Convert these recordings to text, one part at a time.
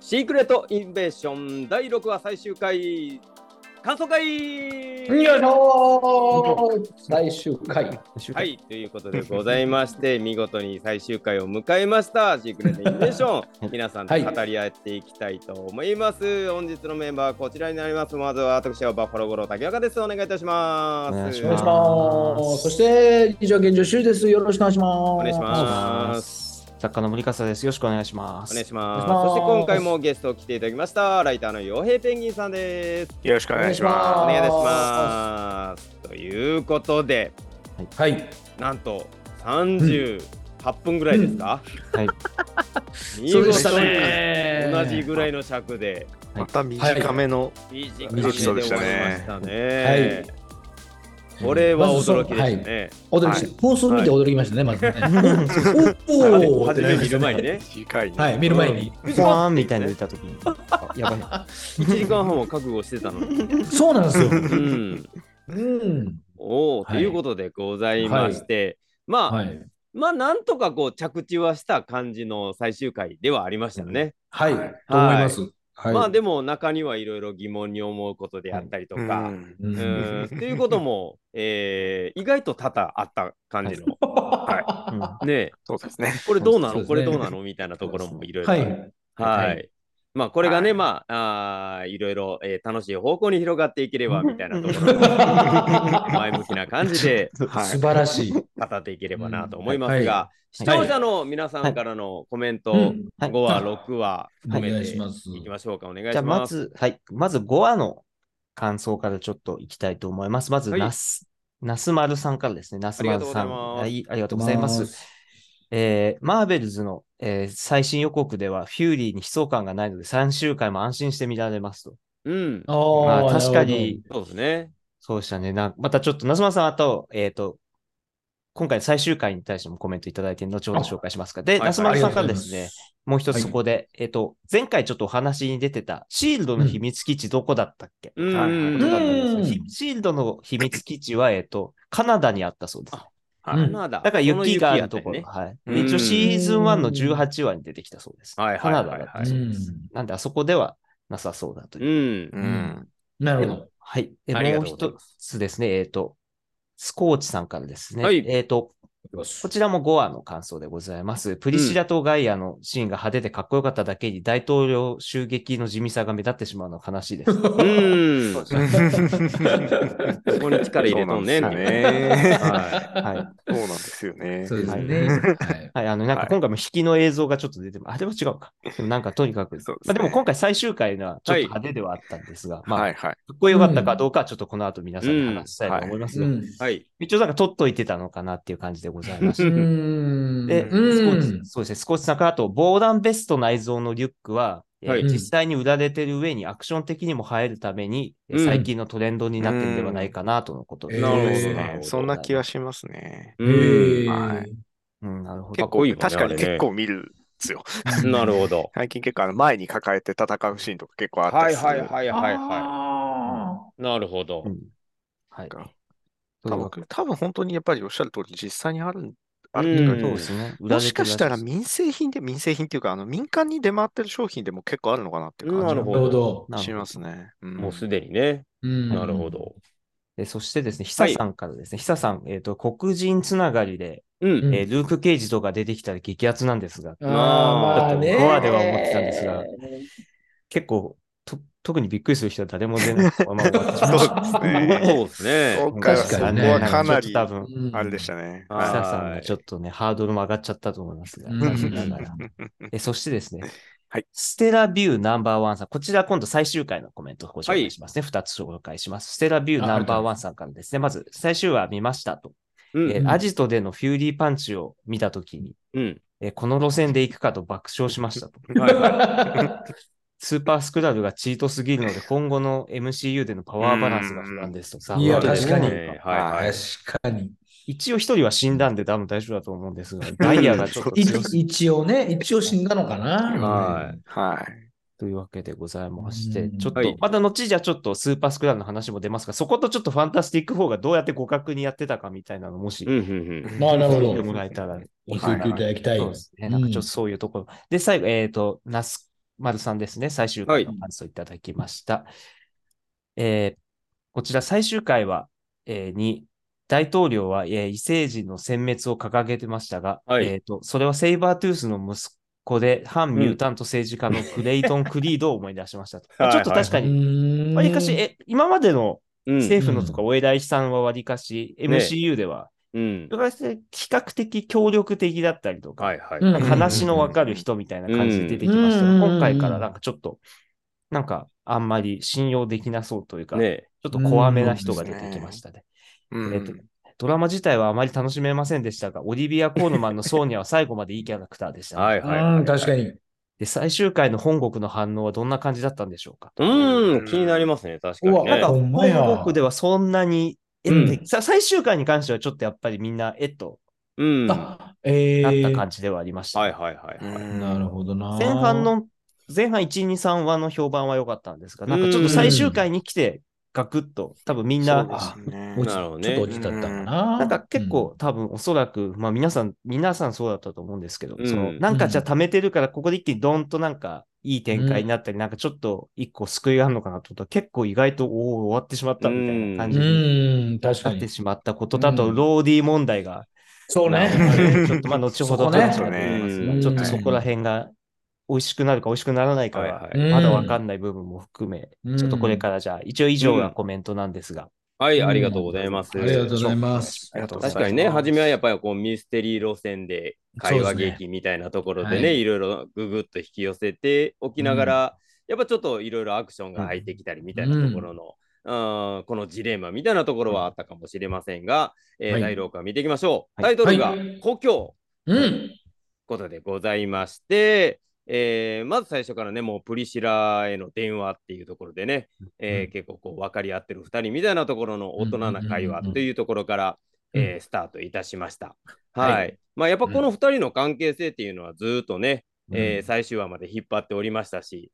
シークレットインベーション第6話最終回感想会よいしょー最終回。は、はいということでございまして、見事に最終回を迎えました、シークレットインベーション、皆さんと語り合っていきたいと思います。本日のメンバーはこちらになります。まずは私はバッファロー五郎竹岡です。お願いいたします。お願いしお願いしまます。そして、以上、現状集です。よろしくお願いします。お願いしま作家の森笠です。よろしくお願いします。お願いします。お願いしそますして今回もゲスト来ていただきました、ライターの洋平ペンギンさんです。よろしくお願いしおま願いいたします。ということで、はい。なんと38分ぐらいですか、はい。 見そうで事したにね。同じぐらいの尺で。す。また短めの、いい時間間でで終終わりわりままししたたね。いこれは驚きですね。驚きましたは放送見て驚きましたね、まずね。おーおー初め見る前に。 ね。短いね。はい、見る前に。ファーンみたいなの出たときに、 あやばい。 1時間半は覚悟してたのに。そうなんですよ。うん。うん。おお、はいということでございまして、まあ、はい。まあ、なんとかこう着地はした感じの最終回ではありましたね。はい。と思います。はい。まあ、でも中にはいろいろ疑問に思うことであったりとうか。んううんんっていうことも、えー意外と多々あった感じの。うんねえそうですね。これどうなのそうですねこれどうなのみたいなところもいろいろ。は。はいい。まあこれがね、はいまあ、あーいろいろ、えー楽しい方向に広がっていければみたいなところ 前向きな感じではい素晴らしい。語っていければなと思いますうんが、は視聴者の皆さんからのコメント、うんはい5話、6話、お含願めいてしいます。きましょうか。お願いじゃしあ、まます。ず、はい。まず5話の感想からちょっといきたいと思います。まず、はいなす、なすまるさんからですね。なすまるさん。あはりい、ありがとうございます。。えーマーベルズの、えー最新予告では、フューリーに悲壮感がないので、3週間も安心して見られますと。うん。あまーあ、確かに。、そうですね。そうでしたね。なまたちょっと、なすまさん、あと、えっ、と、今回の最終回に対してもコメントいただいて、後ほど紹介しますが。で、はいなすなまるほどあるりがとさんうごからざいでますすね、もう一つそこで、えっ、と、前回ちょっとお話に出てた、シールドの秘密基地どこだったっけ、うんはいことだったんですうがひシールドの秘密基地は、えっ、と、カナダにあったそうです。はいうんまだ。だからこの雪があると雪ころ。やったはい。うんで一応シーズン1の18話に出てきたそうです。はいカはいはナいはダいだったうそうでんす。なんで、あそこではなさそうだといりね。う。う。うんなるほど。はい。でありがともうごうざい一ますつですね、えっ、と、スコーチさんからですね。はいえっ、と、こちらも5話の感想でございます。プリシラとガイアのシーンが派手でかっこよかっただけに、大統領襲撃の地味さが目立ってしまうのは悲しいです。 うん。そううでん。すねここに力入れとんねんそっうなんてでいすうよね。は はい。そうなんですよね。そうですね。はいはい、あの、なんかはい今回も引きの映像がちょっと出てまあ、でも違うか。でもなんかとにかく、そうですまあねでも今回最終回のはちょはっとい派手ではあったんですが、まあ、はかいはい。っこよかったかどうかはちょっとこの後皆さんに話したいと思いますが、うんい。はい。一応なんか取っといてたのかなっていう感じでございましうて。んで、スコうーんチ、そうですね、スコーチさんからあと、防弾ベスト内蔵のリュックは、えーはい実際に売られてる上にアクション的にも映えるために、えーうん最近のトレンドになってるんではないかなとのことうんなるほどそうですなるねほどそんな気はしますね。うへんーはいうん、なるほど。結こ構いいよね確かあにれね結構見るんですよ。なるほど。最近結構あの前に抱えて戦うシーンとか結構あったはりいする。はいはいはいはあい。なるほどう。んはい。多分、多分本当にやっぱりおっしゃる通り実際にあるん、あうるんんそだうでけどそうですね。売れもてるしかしたらやつ民生品で、民生品っていうか、あの民間に出回ってる商品でも結構あるのかなっていう感なじるーほなもるほど。なるほどしますね。うんもうすでにね。うんなるほ。ど。でそしてですね、ヒサさんからですね、ヒサさん、えっ、と、黒人つながりで、うん。うんえールーク・ケイジとか出てきたら激アツなんですが、あーまあまあね。ちょっとコアでは思ってたんですが結構、と特にびっくりする人は誰も出 ないまま終わってしまいましそうた。ですね。そうですね。今回は確そかこにねはちかなょっとり多分、うんあれ でしたね。うんヒあサはさんのちょっとね、ハードルも上がっちゃったと思いますが、うん残念ながらい えそしてですね、はいステラビューナンバーワンさん、こちら今度最終回のコメントをご紹介しますね。二2つ紹介します。ステラビューナンバーワンさんからですね、まず最終話見ましたと、うえん。アジトでのフューリーパンチを見たときに、うん。えーこの路線で行くかと爆笑しましたと。はいはいスーパースクラルがチートすぎるので、今後の MCU でのパワーバランスが不安ですとさ。うんいやということで確かにねは確い。かに。一応一人は死んだんで多分大丈夫だと思うんです が、ダイヤがちょっとい強す一応ね、一応死んだのかな。ははい。 というわけでございまして、うんちょっと、はいまた後じゃちょっとスーパースクラルの話も出ますが、そことちょっとファンタスティック4がどうやって互角にやってたかみたいなのもし、うんうんまあなるほど教えてもらえたらいい教かえていたな。だきたいそう。ですね。なんかちょっとそういうところ。で、最後、えっ、と、ナス、丸さんですね、最終回の感想いただきました。えーこちら最終回は、えーに、大統領は、えー異星人の殲滅を掲げてましたが、はいえーとそれはセイバートゥースの息子で、反ミュータント政治家のクレイ トン・クリードを思い出しましたと。うんまあちょっと確かに、にわりかし、え今までのうん政府のとかお偉いさんはわりかし、ね MCU では、うんわりかし比較的協力的だったりとか、はいはい。うんなんか話のわかる人みたいな感じで出てきましたが、うん今回からなんかちょっと、なんかあんまり信用できなそうというか、ねちえょっと怖めな人が出てきましたね。うんえっとドラマ自体はあまり楽しめませんでしたが、オリビア・コールマンのソーニャは最後までいいキャラクターでしたね、はいはいはい。うん、確かに。で、最終回の本国の反応はどんな感じだったんでしょうか。うん、気になりますね、確かに、うね。わなんかほんまや本国ではそんなに、えってうさ最終回に関してはちょっとやっぱりみんな、えっと、うん。はあ、えなっー、た感じではありましいたね、はいはいはい。なるほどな。前半の、前半1、2、3話の評判は良かったんですが、なんかちょっと最終回に来て、ガクッと、多分みんな、そうですね落ちなるほどねちょっと落ちたったかな。なんか結構、多分おそらく、まあ皆さん、皆さんそうだったと思うんですけど、うんそのなんかじゃあ溜めてるから、ここで一気にドンとなんかいい展開になったり、なんかちょっと一個救いがあるのかなと思ったら、結構意外と、おお、終わってしまったみたいな感うじにん、うん、確なかってに。しまったことだと、うんローディ問題が、そうね。まあねちょっとまあ後ほどそこねちょっとやってみますがうんちょっとそこら辺が美味しくなるか美味しくならないかはいがはうい。んまだわかんない部分も含め、うんちょっとこれからじゃあ、一応以上がコメントなんですが。はい、ありがとうございます。ありがとうございますありがとうござい確まかすにね、初めはやっぱりこうミステリー路線で会話劇みたいなところでね、そうですねはいい、ろいろググッと引き寄せておきながら、やっぱちょっといろいろアクションが入ってきたりみたいなところの、うんこのジレンマみたいなところはあったかもしれませんが、えはー、い第6話見ていきましょう。はタイトルがは「い故郷」うん。ことでございまして、えーまず最初からね、もうプリシラへの電話っていうところでね、えーうん結構こう分かり合ってる2人みたいなところの大人な会うんうんうんう話んというところから、うんえースタートいたしました。はいはい。まあやっぱこの2人の関係性っていうのはずーっとね、えー最終話まで引っ張っておりましたし、はい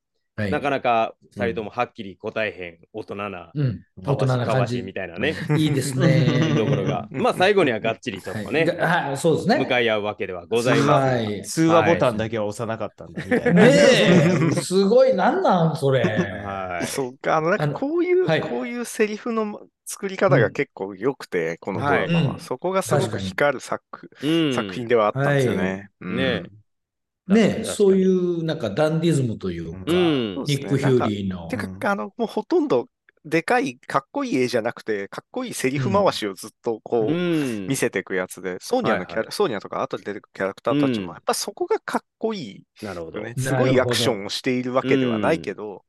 なかなか2人ともはっきり答えへん大人な、うん、大人なかわ感しじ。いみたいなね、いいですね。 ところ が、まあ最後にはがっちりとはい。こうね、はい、そうですね。向かい合うわけではございます。はい通話ボタンだけは押さなかったんだみた いな。ねえ、すごい、なんなん、それ。はいそうか、あの、あなんのかこういう、はいこういうセリフの作り方が結構良くて、このドラマは、はいそこがすごく光る作,、うん作品ではあったんですよね。んねねえ、そういう、なんか、ダンディズムというか、うんそうですニッねク・ヒューリーの。てか、あの、もうほとんど、でかい、かっこいい絵じゃなくて、かっこいいセリフ回しをずっとこう、うん見せていくやつで、ソーニャのキャラ、はいはソーニャとか後で出てくるキャラクターたちうんも、やっぱそこがかっこいいなるほど。よね。なするほごどいアクションをしているわけではないけど、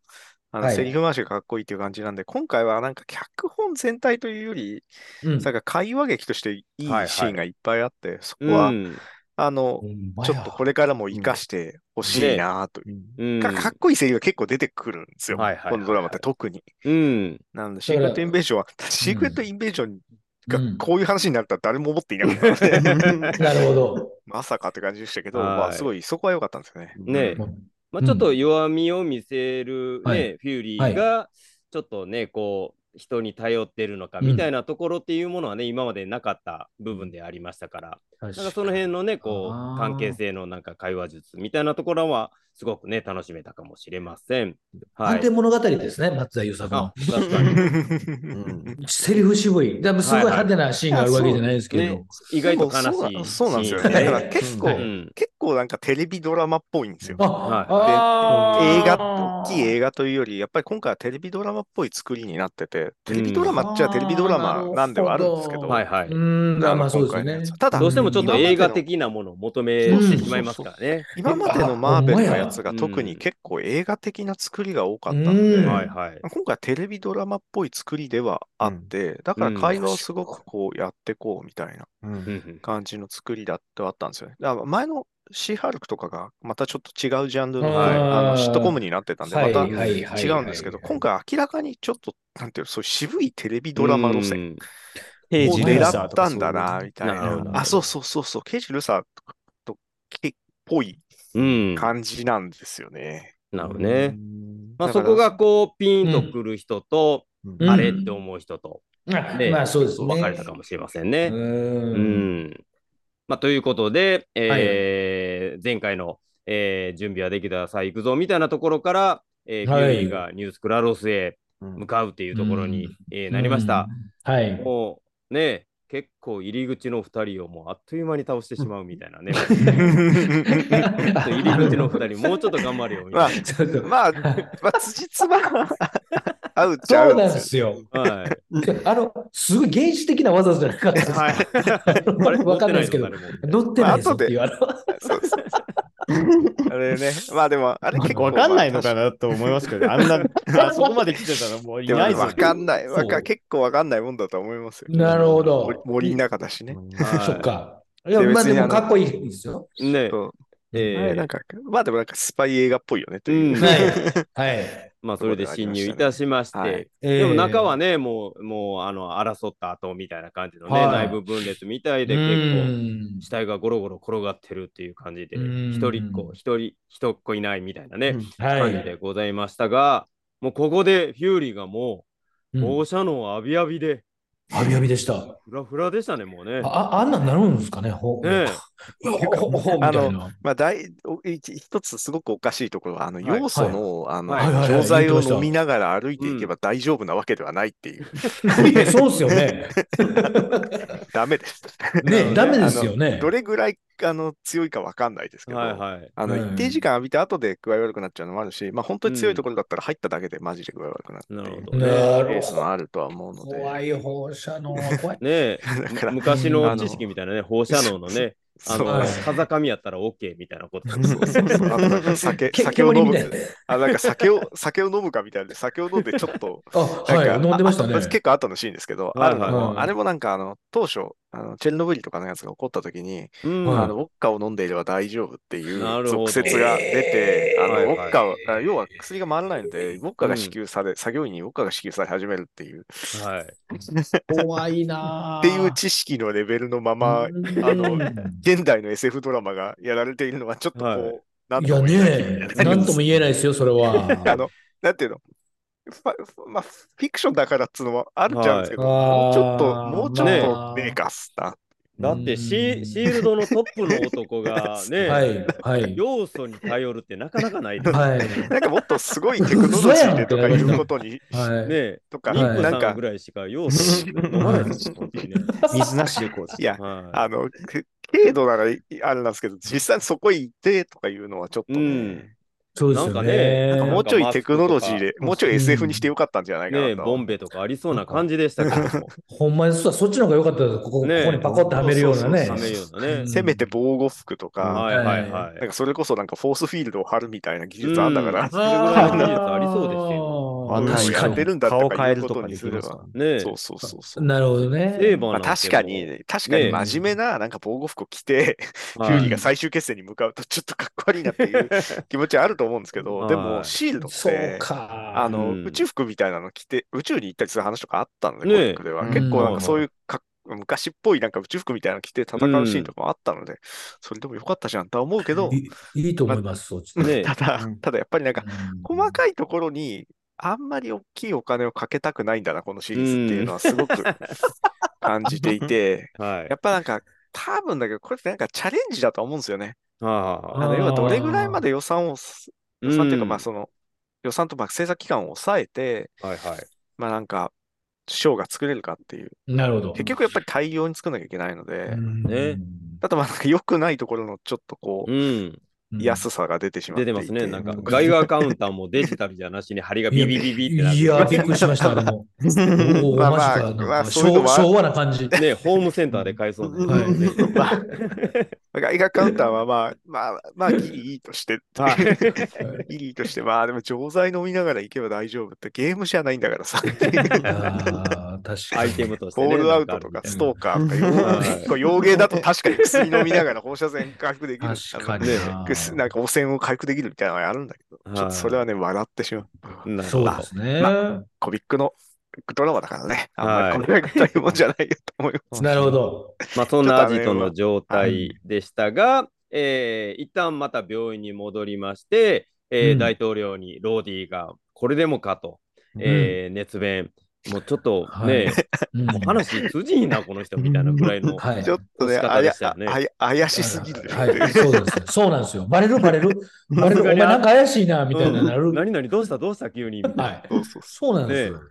あのはいセリフ回しがかっこいいっていう感じなんで、今回はなんか脚本全体というより、うんなんか会話劇としていいシはいはいーンがいっぱいあって、そこうは、んあのほ、んまちやょっとこれからも生かしてほしいなぁという。うんかかっこいいセリフが結構出てくるんですよ。はいはいはいはいこのドラマって特に。うん。なんで、かシらークレットインベージョンは、シークレットインベージョンがうんこういう話になるとは誰も思っていなかったの で、なるほど。まさかって感じでしたけど、はいまあすごい、そこは良かったんですよね。ねえもうまあ、ちょっと弱みを見せる、ねはいフューリーが、ちょっとね、こう、人に頼ってるのかみたいなところっていうものはね、今までなかった部分でありましたから、なんなんかその辺のね、こあう、ー関係性のなんか会話術みたいなところは、すごくね、楽しめたかもしれません。は探い偵。物語ですね、松田優作あの。、確 かに。セリフ渋い。だからすごいはいはい派手なシーンがあるわけじゃないですけど。ね、意外と悲しいそうなんですよシーね。ンでだねから結構う、うん結構なんかテレビドラマっぽいんですよ。あ、あー映画、大きい映画というより、やっぱり今回はテレビドラマっぽい作りになってて、テレビドラマっちゃテレビドラマなんではあるんですけうど、んはいはい。うん、あまあそうですよ今回のねやつ。はただ、どうしてもちょっと映画今までの的なものを求めてしまいますからね。今までのマーベルのやつが特に結構映画的な作りが多かったのうで、んほんまはいやはい。今回テレビドラマっぽい作りではあって、だから会話をすごくこうやってこうみたいなうんうん感じの作りだってはあったんですよね。だから前のシーハルクとかがまたちょっと違うジャンルの,、はいあのシットコムになってたんで、またはいはいはい違うんですけど、今回明らかにちょっと、なんていうの、そういう渋いテレ ビドラマ路線うんペーをジ狙ルーサーっとたかそんうだな、みたいなるなほ。どあ、そうそうそうそう、ケイジ・ルサーとかとけっぽいうん。な感じなんですよね。るほどね。。まあだかそらこがこうピンとくる人と、うんうんあれって思う人とねまあそうですね。分かれたかもしれませんね。う。うんん。まあということで、えー前回のえー準備はできたさあ行くぞみたいなところから、えー、はいビューリーがニュースクラロスへうん向かうっていうところに、うんえーなりました。。はい。もうね、結構入り口の2人をもうあっという間に倒してしまうみたい なね。 ちょっと入り口の2人、もうちょっと頑張れよみ たいちょっとまあ、まあ、辻褄が合うっちゃ 合そううなんでよ。すよ。な。はい。あの、すごい原始的な技じゃなかったです。はい。あれ わかんないですけ持どってないのかね乗ってないぞっていう、あの、そうそうそうあれね、まあでも、あれ結構。わかんないのなかなと思いますけど、あ んな、あそこまで来てたらもういでもないぞ。わかんない。わそかう結構わかんないもんだと思いますよ。なるほど森森の中だしね。はいそっか。いや、でまあ別でにあものかっこいいですよ。ねそうえあれーなんか、まあでもなんかスパイ映画っぽいよねとういん う。はい。はい。まあそれで侵入いたしまして、はいでも中はね、ね、もう、もう、あの、争った後みたいな感じのね、はい内部分裂みたいで、結構、結死体がゴロゴロ転がってるっていう感じで、うん一人っ子、一人、一っ子いないみたいなね、うん構、は感じでい。ございましたが、もうここでフューリーがもう、うん放射能あびあびで、あびあびでした。ふらふらでしたね、もうね。あ、あんなんなるんですかね、ほ、ねほ、ほ、ほ、みたいな。まあ、大お一一つすごくおかしいところは、あの、はい要素の、あの、はいはい錠剤言をってました飲みながら歩いていけば大丈夫なわけではないっていう。いやそうっすよ ね。ダメです。ね、ダメですよね。どれぐらい、あの、強いかわかんないですけど。はいはい。あのうん一定時間浴びた後で具合悪くなっちゃうのもあるし、まあ本当に強いところだったら入っただけでマジで具合悪くなるってなるいほうどね。なケるースほもど。あるとは思うので。怖い放射能、怖い。ねえ、 だから、昔の知識みたいなね、放射能のね、あそうのはい、風上やったら OK みたいなこと。そうそうそうあとなんか酒け酒を煙飲みむたいな。あ、なんか酒を、酒を飲むかみたいな、酒を飲んでちょ っと、あ、なんかはい、飲んでましたねあ。結構後のシーンですけど、はいあはいるのうんも、あれもなんかあの、当初、あのチェルノブイリとかのやつが起こった時に、うんはいあのウォッカを飲んでいれば大丈夫っていなるうほど俗説が出て、あのはいはいウォッカを、あ要は薬が回らないので、ウォッカが支給され、作業員にウォッカが支給され始めるっていう、はい。怖いなあっていう知識のレベルのまま、うんあの現代の SF ドラマがやられているのはちょっとこう、はいなんいとやも言えない ね、なんとも言えないですよ、それは。あの、なんていうのファまあ、フィクションだからっつうのもあるっちゃうんですけど、もはういちょっと、あーもうちょっまあとメーカーっすな。だってシうーんシールドのトップの男がね、 はい、はい。要素に頼るってなかなかないですね。はい。なんかもっとすごいテクノロジーでとかいうことに、はい。ねとか、ミッコなんさんかぐ、らいしか要素飲まないですよ、本当にね。水なしでこう。いや、はあの、く軽度ならいあれなんですけど、実際にそこへ行ってとかいうのはちょっい。とうね、ん。そうですなんかよねね。なんかもうちょいテクノロジーで、マスクとかもうちょい SF にしてよかったんじゃないかねなと。ボンベとかありそうな感じでしたけども。ほんまにそうだそっちの方が良かったですここ、ねここにパコッとはめるようなね。そはめるようなねうん。せめて防護服とか、はいはいはい。なんかそれこそなんかフォースフィールドを張るみたいな技術あんだから、うんそれぐらいの技術ありそうですよあんな確か勝てに。るんだと顔か変えいうることとかにですきれますからば。ね。ねそうそうそうそう。なるほどね。セーバーなまあ、んてもう確かに、確かに真面目な、なんか防護服を着て、フはいューリーが最終決戦に向かうと、ちょっとかっこ悪いなっていう気持ちはあると思うんですけは ど、いでも、シールドっそうて、か。あの、うん宇宙服みたいなの着て、宇宙に行ったりする話とかあったので、ねえコミックでは。うん結構、なんかそういうか、昔っぽいなんか宇宙服みたいなの着て戦うシーンとかもあったので、それでもよかったじゃんとは思うけど、いいいと思います、そっちで。ねただ、ただやっぱりなんか、うん細かいところに、あんまり大きいお金をかけたくないんだな、このシリーズっていうのはすごく感じて いて、はいや。っぱなんか、多分だけど、これってなんかチャレンジだと思うんですよね。はあの、あー要はどれぐらいまで予算を、い予算っていうか、まあその、予算とまあ制作期間を抑えて、はいはい。まあなんか、ショーが作れるかっていう。なるほど。結局やっぱり対応に作んなきゃいけないので、ねただまあなんか良くないところのちょっとこう、うん。うん安さが出てしまっ出てていて。ますね。なんか、うんガイガーカウンターもデジタルじゃなしに、針がビビビビってなっいや、びっくりしました、あれ も。おお、まあマジまか。あまなあんかそういう昭のもある昭和な感 じ。て。ね、ホームセンターで買えそうなはねいねまあガイガーカウンターはまあ、まあ、まあ、ギリいいとして、ギリとして、まあでも錠剤飲みながら行けば大丈夫って、ゲームじゃないんだからさ。ああ、確かアにイ。テムとして、ホね。ールアウトとかなんスあるトーカーとかいう、こう洋芸だと確かに薬飲みながら放射線回復できる。確かあにのな。薬なんか汚染を回復できるみたいなのがあるんだけど、ちょっとそれはね、笑ってしまう。みたいな。そうですね。まコミックのドラマだからね、あんまりこんなこというもんじゃないよと思い ます。なるほど。まあ、そんなアジトの状態でしたが、えー一旦また病院に戻りまして、えーうん大統領にローディがこれでもかと、えー熱弁、もうちょっとはいね、うん話通じひんな、この人みたいなぐらいの。はいちょっとね、仕あ方でやしたよあねや怪しすぎる。 はい、そうですね。そうなんですよ。バレるバレる。バレる。お前なんか怪しいな、みたいななる。うん何々どうしたどうした急にみたいなはい。そう そうそうなんですよ。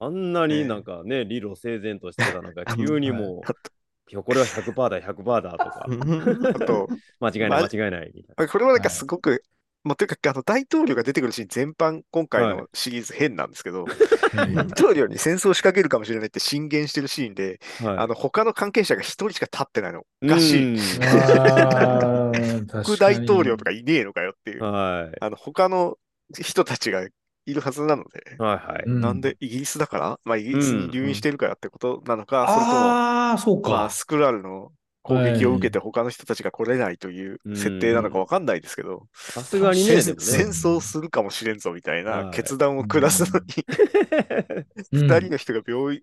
あんなになんかね、理路整然としてたの が急にもう、いやこれは100%だ、100%だと か、あと、間違いない、間違いないみたいあこれはなんはかいすごく、もうというか、あの大統領が出てくるシーン全般、今回はいのシリーズ変なんですけうど、ん大統領に戦争を仕掛けるかもしれないって進言してるシーンで、な。はいあの他の関係者が一人しか立ってないの。おかしい。うんあー 副大統領確とかかいねえのかよっていう、はい。あの他の人たちがいるはずなので、はいはい。になんでイギリスだから、まあ、イギリスに留う院んしてるからってことなのか、それとも、ああ、そうまあ、か。スクラルの攻撃を受けて他の人たちが来れないという設定なのかわかんないですけど、さすがにね、戦で戦争するかもしれんぞみたいはない決断を下すのに、もね。うん2人の人が病院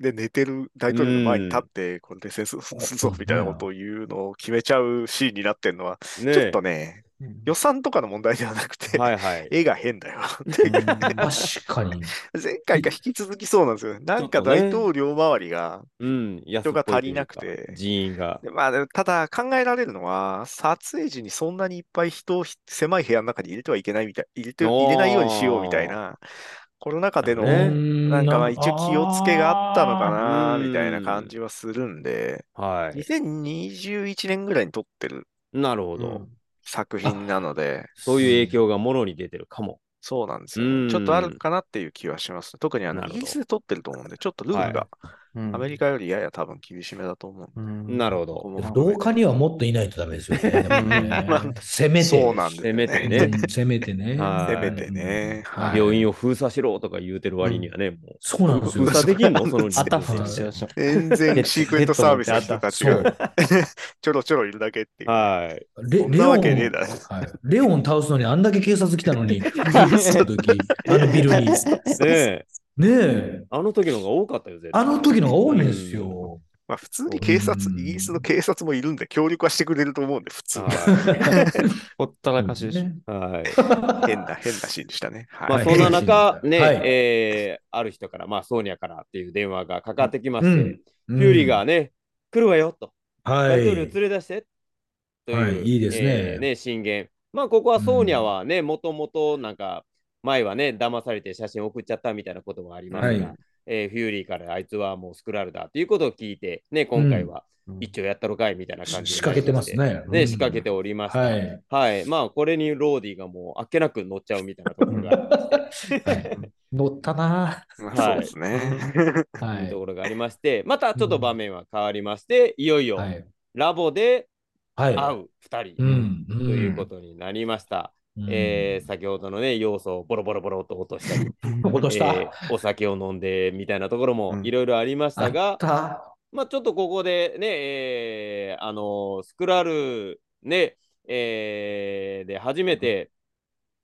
で寝てる大統領の前に立って、これで戦争するぞみたいなことを言うのを決めちゃうシーンになってるのは、ねちょっとね、予算とかの問題ではなくて、はいはい。絵が変だよ。確かに。前回が引き続きそうなんですよ。なんちかょっとね大統領周りが、うん、人が足りなくて人員が。でまあ、でもただ考えられるのは、撮影時にそんなにいっぱい人をひ狭い部屋の中に入れてはいけないみたい、入れておー入れないようにしようみたいな、コロナ禍での、ねななんかまあ一応気をつけがあったのかな、うんみたいな感じはするんで、は2021年ぐらいに撮ってるい。なるほど。作品なので、そういう影響がもろに出てるかも。そうなんですようね。んちょっとあるかなっていう気はします。特にあなの、るイほどギリスで撮ってると思うんで、ちょっとルールがアメリカよりやや多分厳しめだと思うんでななるほここど。も含め廊て下にはもっといないとダメ ですよね。でもねまあせめて。そうなんですせめてうね ん。せめてね。はいせめてねはい病院を封鎖しろとか言うてる割にはね、もそうなんう。です封よ。鎖できんのその時あった点そようしよし全然シークレットサービスの人たちそがう。ちょろちょろいるだけっで。ていう。はい。レそんレなオわン、けねえだろはいレオン倒すのにあんだけ警察来たの に、その時、あのビルに。ねえ。ねえ、あの時のが多かったよ、絶対あの時のが多いんです。よ。まあ普通に警察う、んイギリスの警察もいるんで協力はしてくれると思うんで、普通うんに。はほったらかしでしょ。ねい。 はい変な、変なシーンでしたね。はいまあ、はいそんな中、ね、 はいえーある人から、まあ、ソーニャからっていう電話がかかってきまして、うフんうんューリーがね、来るわよと、は大統領連い。れ出してという、はいいいですねえーね進言。まあ、ここはソーニャはね、もともとなんか、前はね、騙されて写真送っちゃったみたいなこともありますが、はいえーフューリーからあいつはもうスクラルだということを聞いて、ね、今回は一丁やったろかいみたいな感じで、し仕掛けてます。ね。ね、うん仕掛けております。はい。はいはい。まあ、これにローディがもうあっけなく乗っちゃうみたいなところがありまして乗ったなまあそうですね。ぁ。はというとい。ころがありまして、またちょっと場面は変わりまして、いよいよはい。ラボではい。会う2う人ん。とということになりました。えー先ほどのね、要素をボロボロボロっと落としたり、落とした。えーお酒を飲んでみたいなところもうんいろいろありましあたが、った。まあ、ちょっとここでね、えーあのスクラル、ねえーで初めて、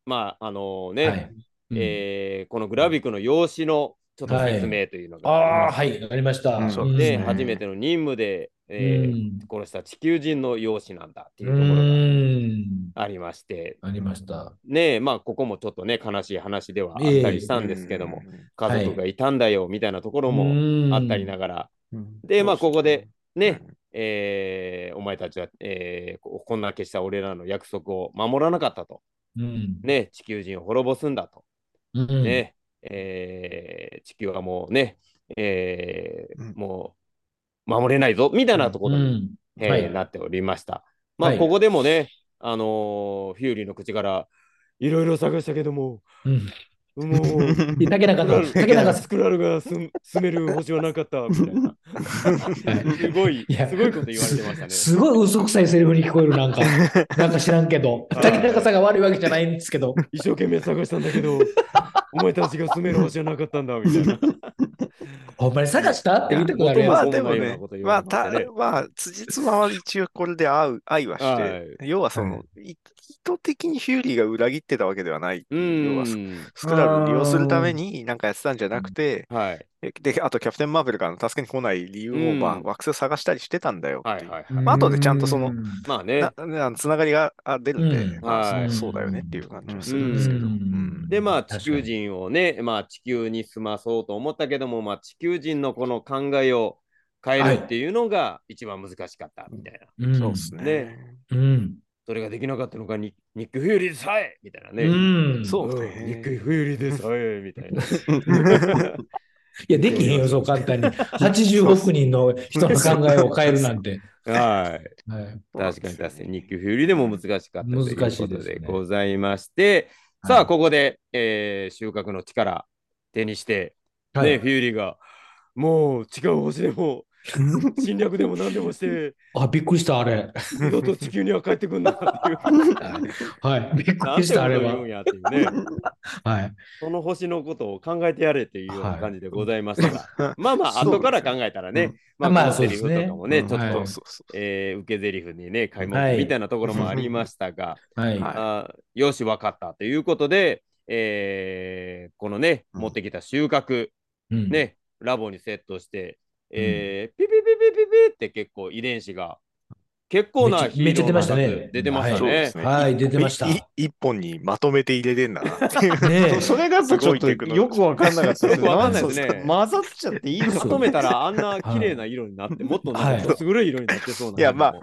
まああのねはいうんえーこのグラビックの用紙のちょっと説明というのが、ああ、はい、わかりました。うんそうで、うん初めての任務で、うえーん。殺した地球人の容姿なんだっていううところん。がありまして、ありました。ねえ、まあ、ここもちょっとね、悲しい話ではあったりしたんですけども、家族がいたんだよみたいなところもあったりながら、で、まあ、ここでうん。ね、えーお前たちは、えーここんな消した俺らの約束を守らなかったと、うん。ね、地球人を滅ぼすんだと、うん。ね、えー地球はもうね、えーうんもう守れないぞみたいなとこうろにん。えーはいなっておりました。まあ、はいここでもね、あのーフューリーの口から、いろいろ探したけども、うん。もう、スで竹中クラと、ル竹中スクラルが住住める星はなかった、 みたいな。すごい、いやすごいこと言われてましたね。すすごい嘘くさいセリフに聞こえる、な んか。なんか知らんけど。はい竹中さんが悪いわけじゃないんですけど。一生懸命探したんだけ ど、お前たちが住める星はなかったんだ、みたいな。ほんまに探したって言うてくれるいよやまそあんなでもようなねこと、言まわあれましたたね、まあ、辻褄は一応これで合う、愛はして、要はその、い意図的にヒューリーが裏切ってたわけではない。うん要はススクラルを利用するためになんかやってたんじゃなくて、はい。で、あとキャプテン・マーベルからの助けに来ない理由を、うんまあ、惑星を探したりしてたんだよっていう。はいはい。まあ後でちゃんとそのうんまあねな。なつながりがあ出るんで、うんまあはいそうそうだよねっていう感じはするんですけど。うんうんで、まあ、地確かに球人をね、まあ、地球に住まそうと思ったけども、まあ、地球人のこの考えを変えるっていうのが一番難しかったみたいな。うんそうですねねうん。それができなかったのがニニック・フューリーでさえみたいなね。うん。そううんねニック・フューリーでさえみたいな。いや、できへんよ、そう簡 単に。85億人の人の考えを変えるなんて。 はい。はい確かに確かに、ニック・フューリーでも難しかったという難しこいでとすねでございまして、さあ、ここで、えー収穫の力手にして、はいね、フューリーが、もう違う星でも、侵略でも何でも して、あ、びっくりした、あれ。二度と地球には帰ってくんなっていう。はい。びっくなんりしてた、あれこと言うんは。やっていうね。はい。その星のことを考えてやれっていうような感じでございましたが、まあまあ、後から考えたらね、うんまあ、まあこのセリフとかもね、そうちょでっと、ねはいすそうそうそうえー受け台詞にね、買いは物いみたいなところもありましたが、 はい。はいあーよし、わかったということで、えーこのね、うん持ってきた収穫、うん。ね、ラボにセットして、えーピピピピピピって結構遺伝子が、結構なめっちゃめっちゃ出ましたね肥料の数出てましたそうでねす。ねはい、出てました。い一本にまとめて入れてんだなっていう。 ねえそれがやっぱちょっとよくわかんなかったよく わかんないですねなんか混ざっちゃっていいのまとめたらあんな綺麗な色になって、もっとなんかすぐるい色になってそうなのに。いやまあ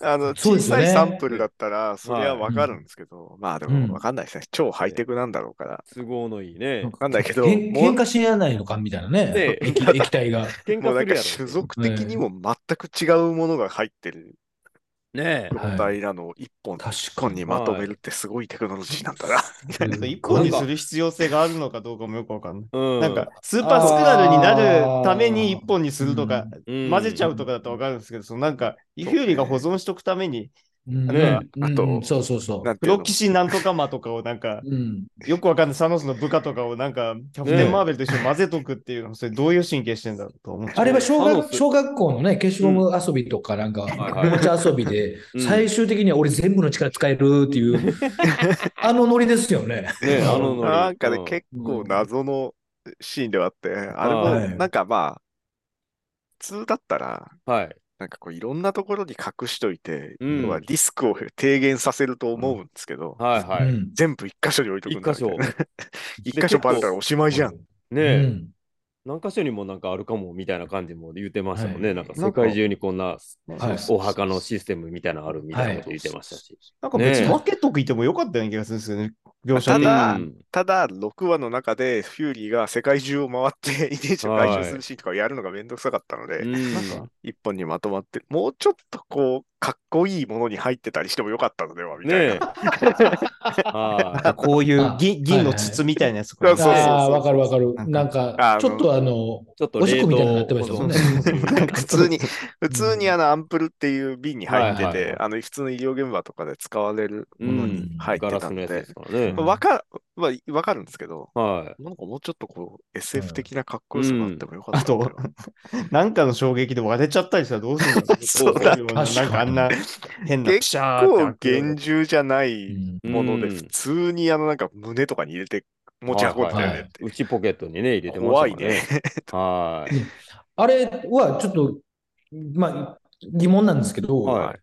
あのそう小ですよさねいサンプルだったら、それはわかるんですけど、まあでうんもわかんないですね。超ハイテクなんだろうから。都合のいいねなん。わかんないけど、けんもう喧嘩し合わないのかみたいなねね。液液体が。喧もうな嘩んかするやろ。種族的にも全く違うものが入ってるね状態なのを一本、確一か本に。にまとめるってすごいテクノロジーなんだな。一個にする必要性があるのかどうかもよくわかんない。え。なんか、スーパースクラルになるために一本にするとか、うん混ぜちゃうとかだとわかるんですけど、そのなんか、イフューリが保存しとくために、うんねうんあとうんそうそうそなんう。プていうロの騎士なんとかマとかをなんか、うん。よくわかんないサノスの部下とかをなんか、キャプテンマーベルと一緒に混ぜとくっていうの、それどういう神経してんだろうと思っちゃうあれは小あの学小学校のね、消しゴム遊びとかなんか、はおいもちゃ遊びで、うん最終的には俺全部の力使えるっていう、あのノリですよね。ねあのノリなんかうね、ん結構謎のシーンではあって、あはれもいなんかまあ、普通だったら、はい。なんかこういろんなところに隠しといて、うん要はリスクを低減させると思うんですけど、はいはい。うん全部一箇所に置いとくん一だ箇みたい所。 な。一箇所バレたらおしまいじゃん。ねうえ、ん何箇所にもなんかあるかもみたいな感じも言ってましたもんね。はいなんか世界中にこんなはいお墓のシステムみたいなのあるみたいなこと言ってましたし。なんか別にねえ分けとくいてもよかったような気がするんですよね。描写たでだうんただ、6話の中でフューリーが世界中を回って遺伝子を回収するシーンとかをやるのがめんどくさかったので、うんなんか、一本にまとまって、もうちょっとこう、かっこいいものに入ってたりしてもよかったのではみねたいな。え。はなんかこういう銀銀の筒みたいなやつとかそうそうそうああ、わかるわかる。なんあかの、ちょっとあい。ちの、ょっとおしっ冷こみたいに凍なってましたもんね。 なんか普 通に、普通にうんあのアンプルっていう瓶に入ってて、はいはいはいあの普通の医療現場とかで使われるものに入ってガラたスんのやつでで、すからね。わ、かまあ、わかるんですけど、はなんかもうちょっとこう、SF 的なかっこよさがあってもよかっあたのでとは、なんかの衝撃で割れちゃったりしたらどうするんだろ そうだなんかあんな変な、結構ピシャーって結構厳重じゃないうんい。もので、うん普通にあのなんか胸とかに入れて持ち運んでたよねって。内ポケットにね、入れてま怖しいたからねね。。はい。あれはちょっと、まあ、疑問なんですけど、はい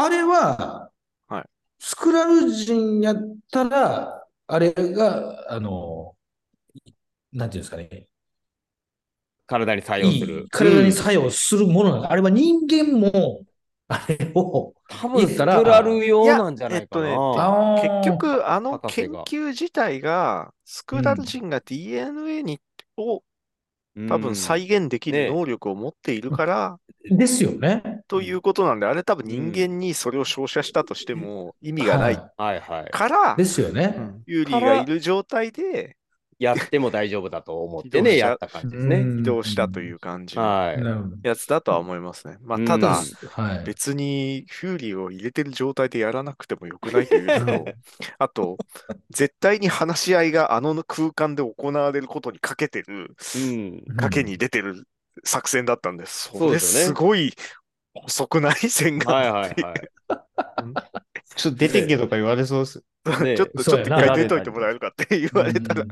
あれは、はいスクラル人やったら、あれが、あの、なんていうんですかね、体に作用いするい。体に作用するものなの、あれは人間も、あれを、多分分ススククララルル用ななんんじじゃゃなないいかかなな。結結、局、あの博研士が究自体が、スクラル人が DNA に、を多分再現できねる能力を持っているから、ですよね。ということなんで、あれ多分人間にそれを照射したとしても意味がないははいはい。から、ですよね。ユーリーがいる状態でやっても大丈夫だと思って移動しね、ちゃうやった感じですね。移動したという感じのはい。なるほどやつだとは思いますね。まあ、うんただ、はい。別にフューリーを入れてる状態でやらなくてもよくないというのと、あと、絶対に話し合いがあの空間で行われることにかけてる、うん。賭けに出てる作戦だったんです。そそうれですよねすごい遅くないは線いが。はいはい。ちょっと出てけとか言われそうです。ねちょっと、ちそょうっやと一な回出といてもらえるかって言われたら、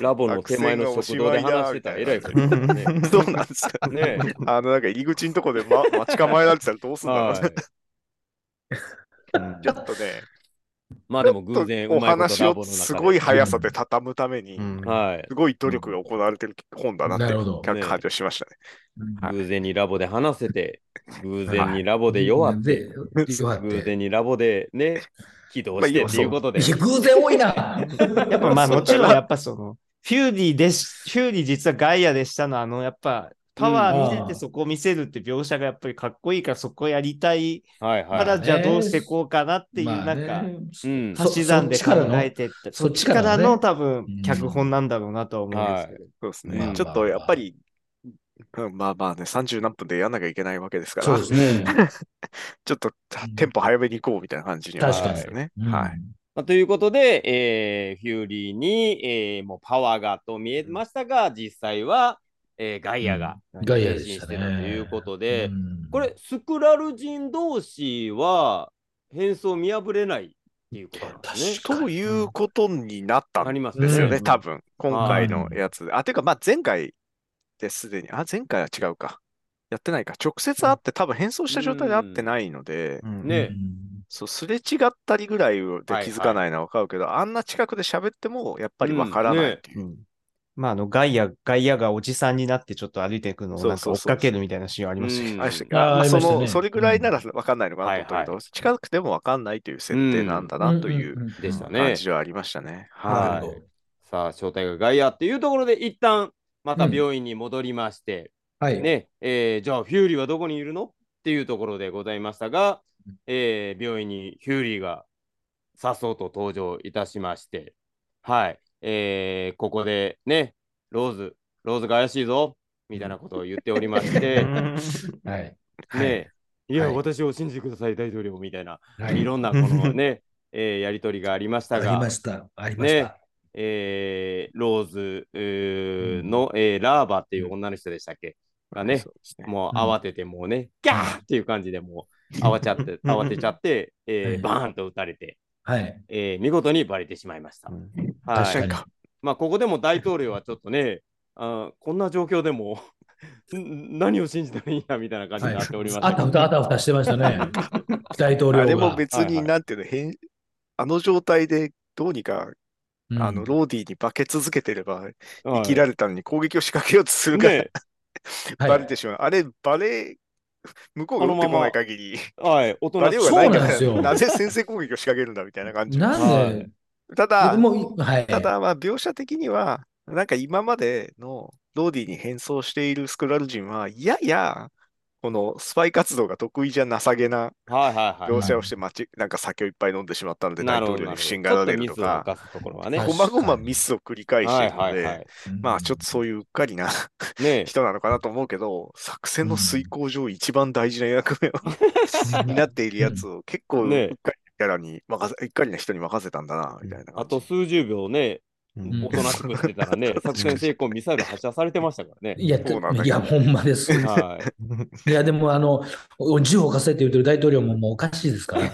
ラボの手前の食堂で話してたらえらいことですね。そうなんですか。 ねあの、なんか入り口のとこで、ま、待ち構えられてたらどうすんだろうはちょっとね、い。まあでも偶然おうまいこと話ラボの中でをすごい速さで畳むために、 はいす。ごい努力が行われてる本だなっなてるほど感感じはしましたね。はい偶然にラボで話せて、偶然にラボで弱って、で、弱って偶然にラボでね、起動まあして要っはていうことで。いや、偶然多いな。やっぱまあそうもちろだんなやっぱその、フューディーでし、フューディー実はガイアでしたのあのやっぱパワー見うんせてそこを見せるって描写がやっぱりかっこいいからそこやりたいはいかはらい。じゃあどうしてこうかなっていうまあなんねかうん。そ足し算で考えてってそっちかそっちかららのねの多分うん脚本なんだろうなとは思うんですけど。そうですまあまねあ。ちょっとやっぱり、うんまあまあね、30何分でやんなきゃいけないわけですから、そうですね。ちょっとたうんテンポ早めに行こうみたいな感じには確かになりますよね。うんはい。まあ、ということで、えーフューリーに、えーもうパワーがと見えましたが、実際は、えーガイアがガイアでしたね。変身してたということで、うんこれ、スクラル人同士は変装見破れないっていうことなんですね。確かにということになったあんりますですよね、うん多分。今回のやつ。あ、てか、まあ前回ですでに、あ、前回は違うか。やってないか。直接会って、多分変装した状態で会ってないので、うんねそう、すれ違ったりぐらいで気づかないのはわかるけど、あんな近くで喋っても、やっぱりわからないっていう。うんまああのガイア、ガイアがおじさんになってちょっと歩いていくのをなんか追っかけるみたいなシーンありましたけどうんあれでしたっけあーまあありそましたねの、それぐらいならわかんないのかなと思ったけど、うん近くてもわかんないという設定なんだなというでしたね感じはありましたね。はいはい。さあ、正体がガイアっていうところで、一旦また病院に戻りまして、はい。ねえーじゃあフューリーはどこにいるのっていうところでございましたが、えー病院にフューリーがさっそうと登場いたしまして、はい、えーここでね、ローズ、ローズが怪しいぞ、みたいなことを言っておりまして、ねはい。いや、はい私を信じてください、大統領、みたいな、、はいろんなこのね、 えーやり取りがありましたありがま、した。ありました。えーローズえーうんの、えーラーバっていう女の人でしたっけがね、そうですね。もううん慌ててもうね、ギャーっていう感じでもう慌ちゃって、うん慌てちゃって、えうーんバーンと撃たれて、はい。えー見事にバレてしまいました。は確かい。に。まあ、ここでも大統領はちょっとね、あーこんな状況でもん何を信じたらいいんやみたいな感じになっておりましたあけど。たふたあたふたしてましたね。大統領あが。れも別はいはにいなんていうの、変あの状態でどうにか、うんあの、ローディーに化け続けてれば、はい生きられたのに攻撃を仕掛けようとするから、ね、はいバレてしまう。あれ、バレ、向こうが打ってこない限り、はい、大バ人レしよくうがないそうかなんですら、よなぜ先制攻撃を仕掛けるんだみたいな感じ。なはんいで、ただ、僕も、はい。ただまあ描写的には、なんか今までのローディに変装しているスクラル人は、いやや、このスパイ活動が得意じゃなさげなはいはいは描写をして街、なんか酒をいっぱい飲んでしまったのでい。な大るほ統どなるほど。領に不ち信がょらっとれるミとスを犯か、すところはね。はごまごまミスを繰り返してはいいるのはいはで、い。うんまあちょっとそういううっかりなね人なのかなと思うけど、作戦の遂行上一番大事な役目を担っているやつを結構うっねかりなキャラに任せ、うっかりな人に任せたんだな、みたいなあ感じ。と数十秒ね、うんおとなしくしてたらね、作戦成功ミサイル発射されてましたからね。いや、そうなんだけどいや、ほんまです。いはい。や、でも、あの、お銃を貸せって言ってる大統領ももうおかしいですから。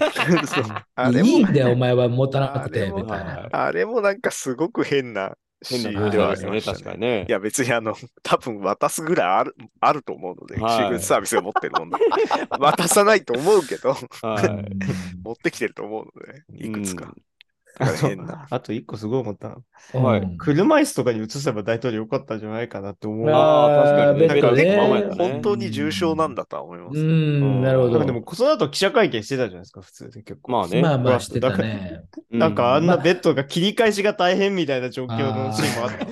そうあいれもいんだよ、お前は持たなくあて、れもみたいな。あれもなんかすごく変なシ変なー感ンでじはあでりすよまね、した確かね。にねい。や別にあの、多分渡すぐらいあるあると思うので、はいシークレットサービスが持ってるもんで、 渡さないと思うけど、は持ってきてると思うので、い。いくつか。あだからと変な。 あと一個すごい思ったの。うんはいうん車椅子とかに移せば大統領よかったんじゃないかなって思う。ああー確かにねベッドベッドのままやねったね本当に重症なんだとは思いまうす。ん、なるほなんど。かでも、その後記者会見してたじゃないですか、普通で結構。まあねまあまあしてたね。うなんかあんまなあベッドが切り返しが大変みたいな状況のシーンもあった。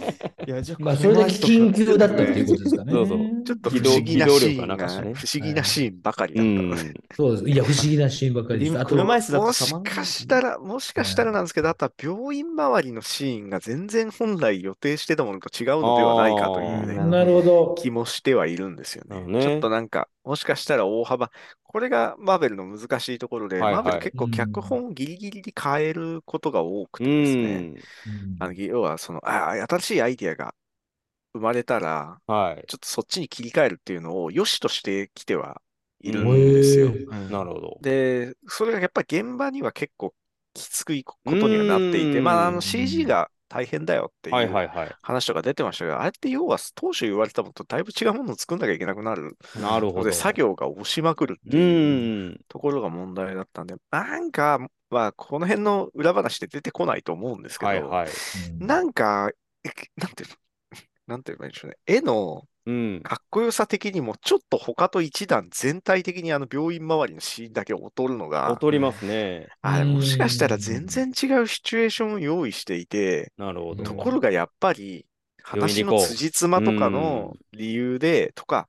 いや、じゃまあ、それだけ緊急だったっていうこことですかね。そうそうちょっと不機思動議なシー機動力がなンんかが、し不ね思議なシーンばかりうだったのんで。そうです。いや、不思議なシーンばかりです。今あと、車椅子だともたしまんないかしたら、もしかしたらなんですけど、あとは病院周りのシーンが全然本来予定してたものと違うのではないかというねあー。なるほど。気もしてはいるんですよなるね。ほどねちょっとなんか、もしかしたら大幅、これがマーベルの難しいところで、はいはいマーベル結構脚本をギリギリに変えることが多くうてですね、ん。あの要はそのあ、新しいアイディアが生まれたら、はい。ちょっとそっちに切り替えるっていうのを良しとしてきてはいるんですよ。へうんなるほど。で、それがやっぱり現場には結構きつくいことにはなっていて、うんまあ、あの CG が大変だよっていはいはういはい。話とか出てましたけど、あれって要は当初言われてたものとだいぶ違うものを作んなきゃいけなくなるなるほど。ので、作業が押しまくるってう。いうんところが問題だったんで、なんか、まあ、この辺の裏話って出てこないと思うんですけはいど、はい。なんか、えなんていうの、 なんて言えばいいんでしょうね。絵のうん。かっこよさ的にも、ちょっと他と一段全体的にあの病院周りのシーンだけ劣るのが、劣りますね。あれうんもしかしたら全然違うシチュエーションを用意していて、なるほど。うんところがやっぱり病院に話行のこう辻褄とかの理由で、とか、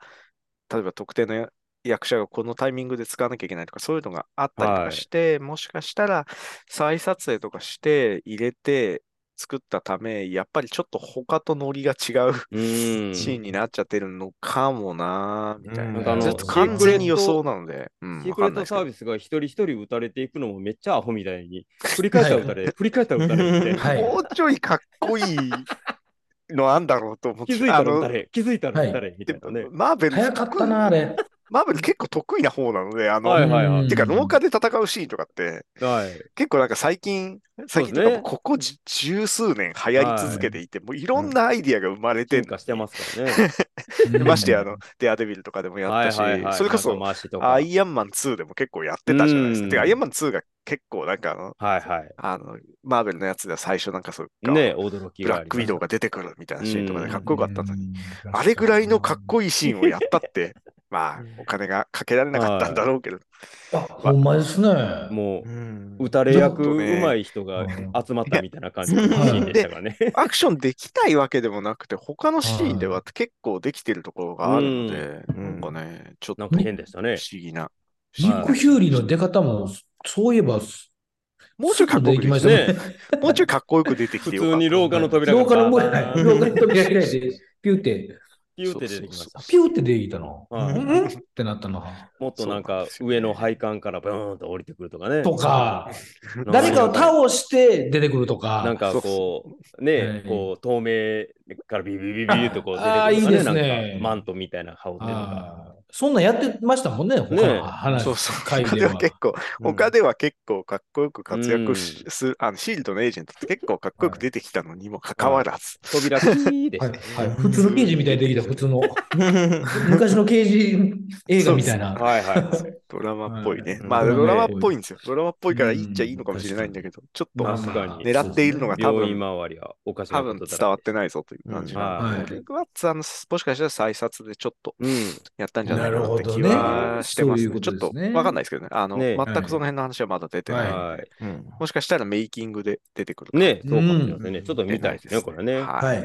例えば特定のや役者がこのタイミングで使わなきゃいけないとか、そういうのがあったりとはかいして、もしかしたら再撮影とかして入れて作ったため、やっぱりちょっと他とノリが違ううシーん。ンになっちゃってるのかもなーみたいうんな。あのちょっと完全に予想なので、うん、シーわクかレんットないですサけーど。ビスが一人一人打たれていくのもめっちゃアホみたい に、振り返ったら打たれ、振り返ったら打たれって、はいもうちょいかっこいいのあんだろうと思っ気て、づいたら打のたれ、気づいたら打たれ、みたいなね。マーベル、早かったな、あれ。マーベル結構得意な方なので、あの、はいはいはいてか、廊下で。で戦うシーンとかって、はい。結構なんか最近、最近とそうですねかもうここじ十数年流行り続けていて、もういろんなアイディアが生まれて進んの化してますからね。うんましてや、あの、デアデビルとかで もやったし、それこそ、回しとか。アはいイアンマン2でも結構やってたじゃないですうか。んてか、アイアンマン2が結構なんかあの、はい。あの、マーベルのやつでは最初なんかそういう、ね驚きブがあラッりクウィドウが。が出てくるみたいなシーンとかうでんかっこよかったのに、うんあれぐらいのかっこいいシーンをやったって、まあ、お金がかけられなかったんだろうけど、あ、ほんまですね。もうんう、打たれ役ちょっとねうまい人が集まったみたいな感じのシーンでしたからね。アクションできないわけでもなくて、他のシーンでは結構できてるところがあるので、うんなんかね、ちょっなんとか不変でしたね。思議な。ニック・ヒューリーの出方も、そういえば、もうちょいかっこでよきくま出してたきね。てもうちょいかっこよく出てき普てよか通っにた。廊下の扉廊下のが森、バーン 廊下の扉開いて、ピューって、ピューって出てきました。ピューって出てきたの。うはいんってなったの。もっとなんか上の配管からブーンと降りてくるとかね。とか、誰かを倒して出てくるとか。なんかこう、ねはい、こう透明からビビビビビとこう出てあーいいくでるすとかね、ねなんかマントみたいな羽織ってるのが。あーそんなんやってましたもんね、他ねの話。そうそう。回他でで はは結構、他では結構かっこよく活躍しうする、あの、シールドのエージェントって結構かっこよく出てきたのにもかかわらず、扉キーではしいたね。はい普通の刑事みたいにできた、普通の。昔の刑事映画みたいな。はいはい。ドラマっぽいね。はいまあ、うんドラマっぽいんですよ。ドラマっぽいからいいっちゃいいのかもしれないんだけど、ちょっとまあ確かに。狙っているのが多病分院周りはおかしな多こ分とだ伝わってないぞという感じなうんのはで、い僕はあのもしかしたら再撮でちょっとうん。やったんじゃないかなって気なるほどはねしてますね。そういうちこょっととですねわかんないですけどね。あの、ね全くその辺の話はまだ出てない。ははい。うんもしかしたらメイキングで出てくるかもね、そうかもしれませんね。ちょっと見たいですね、出こなれね。は。はいい。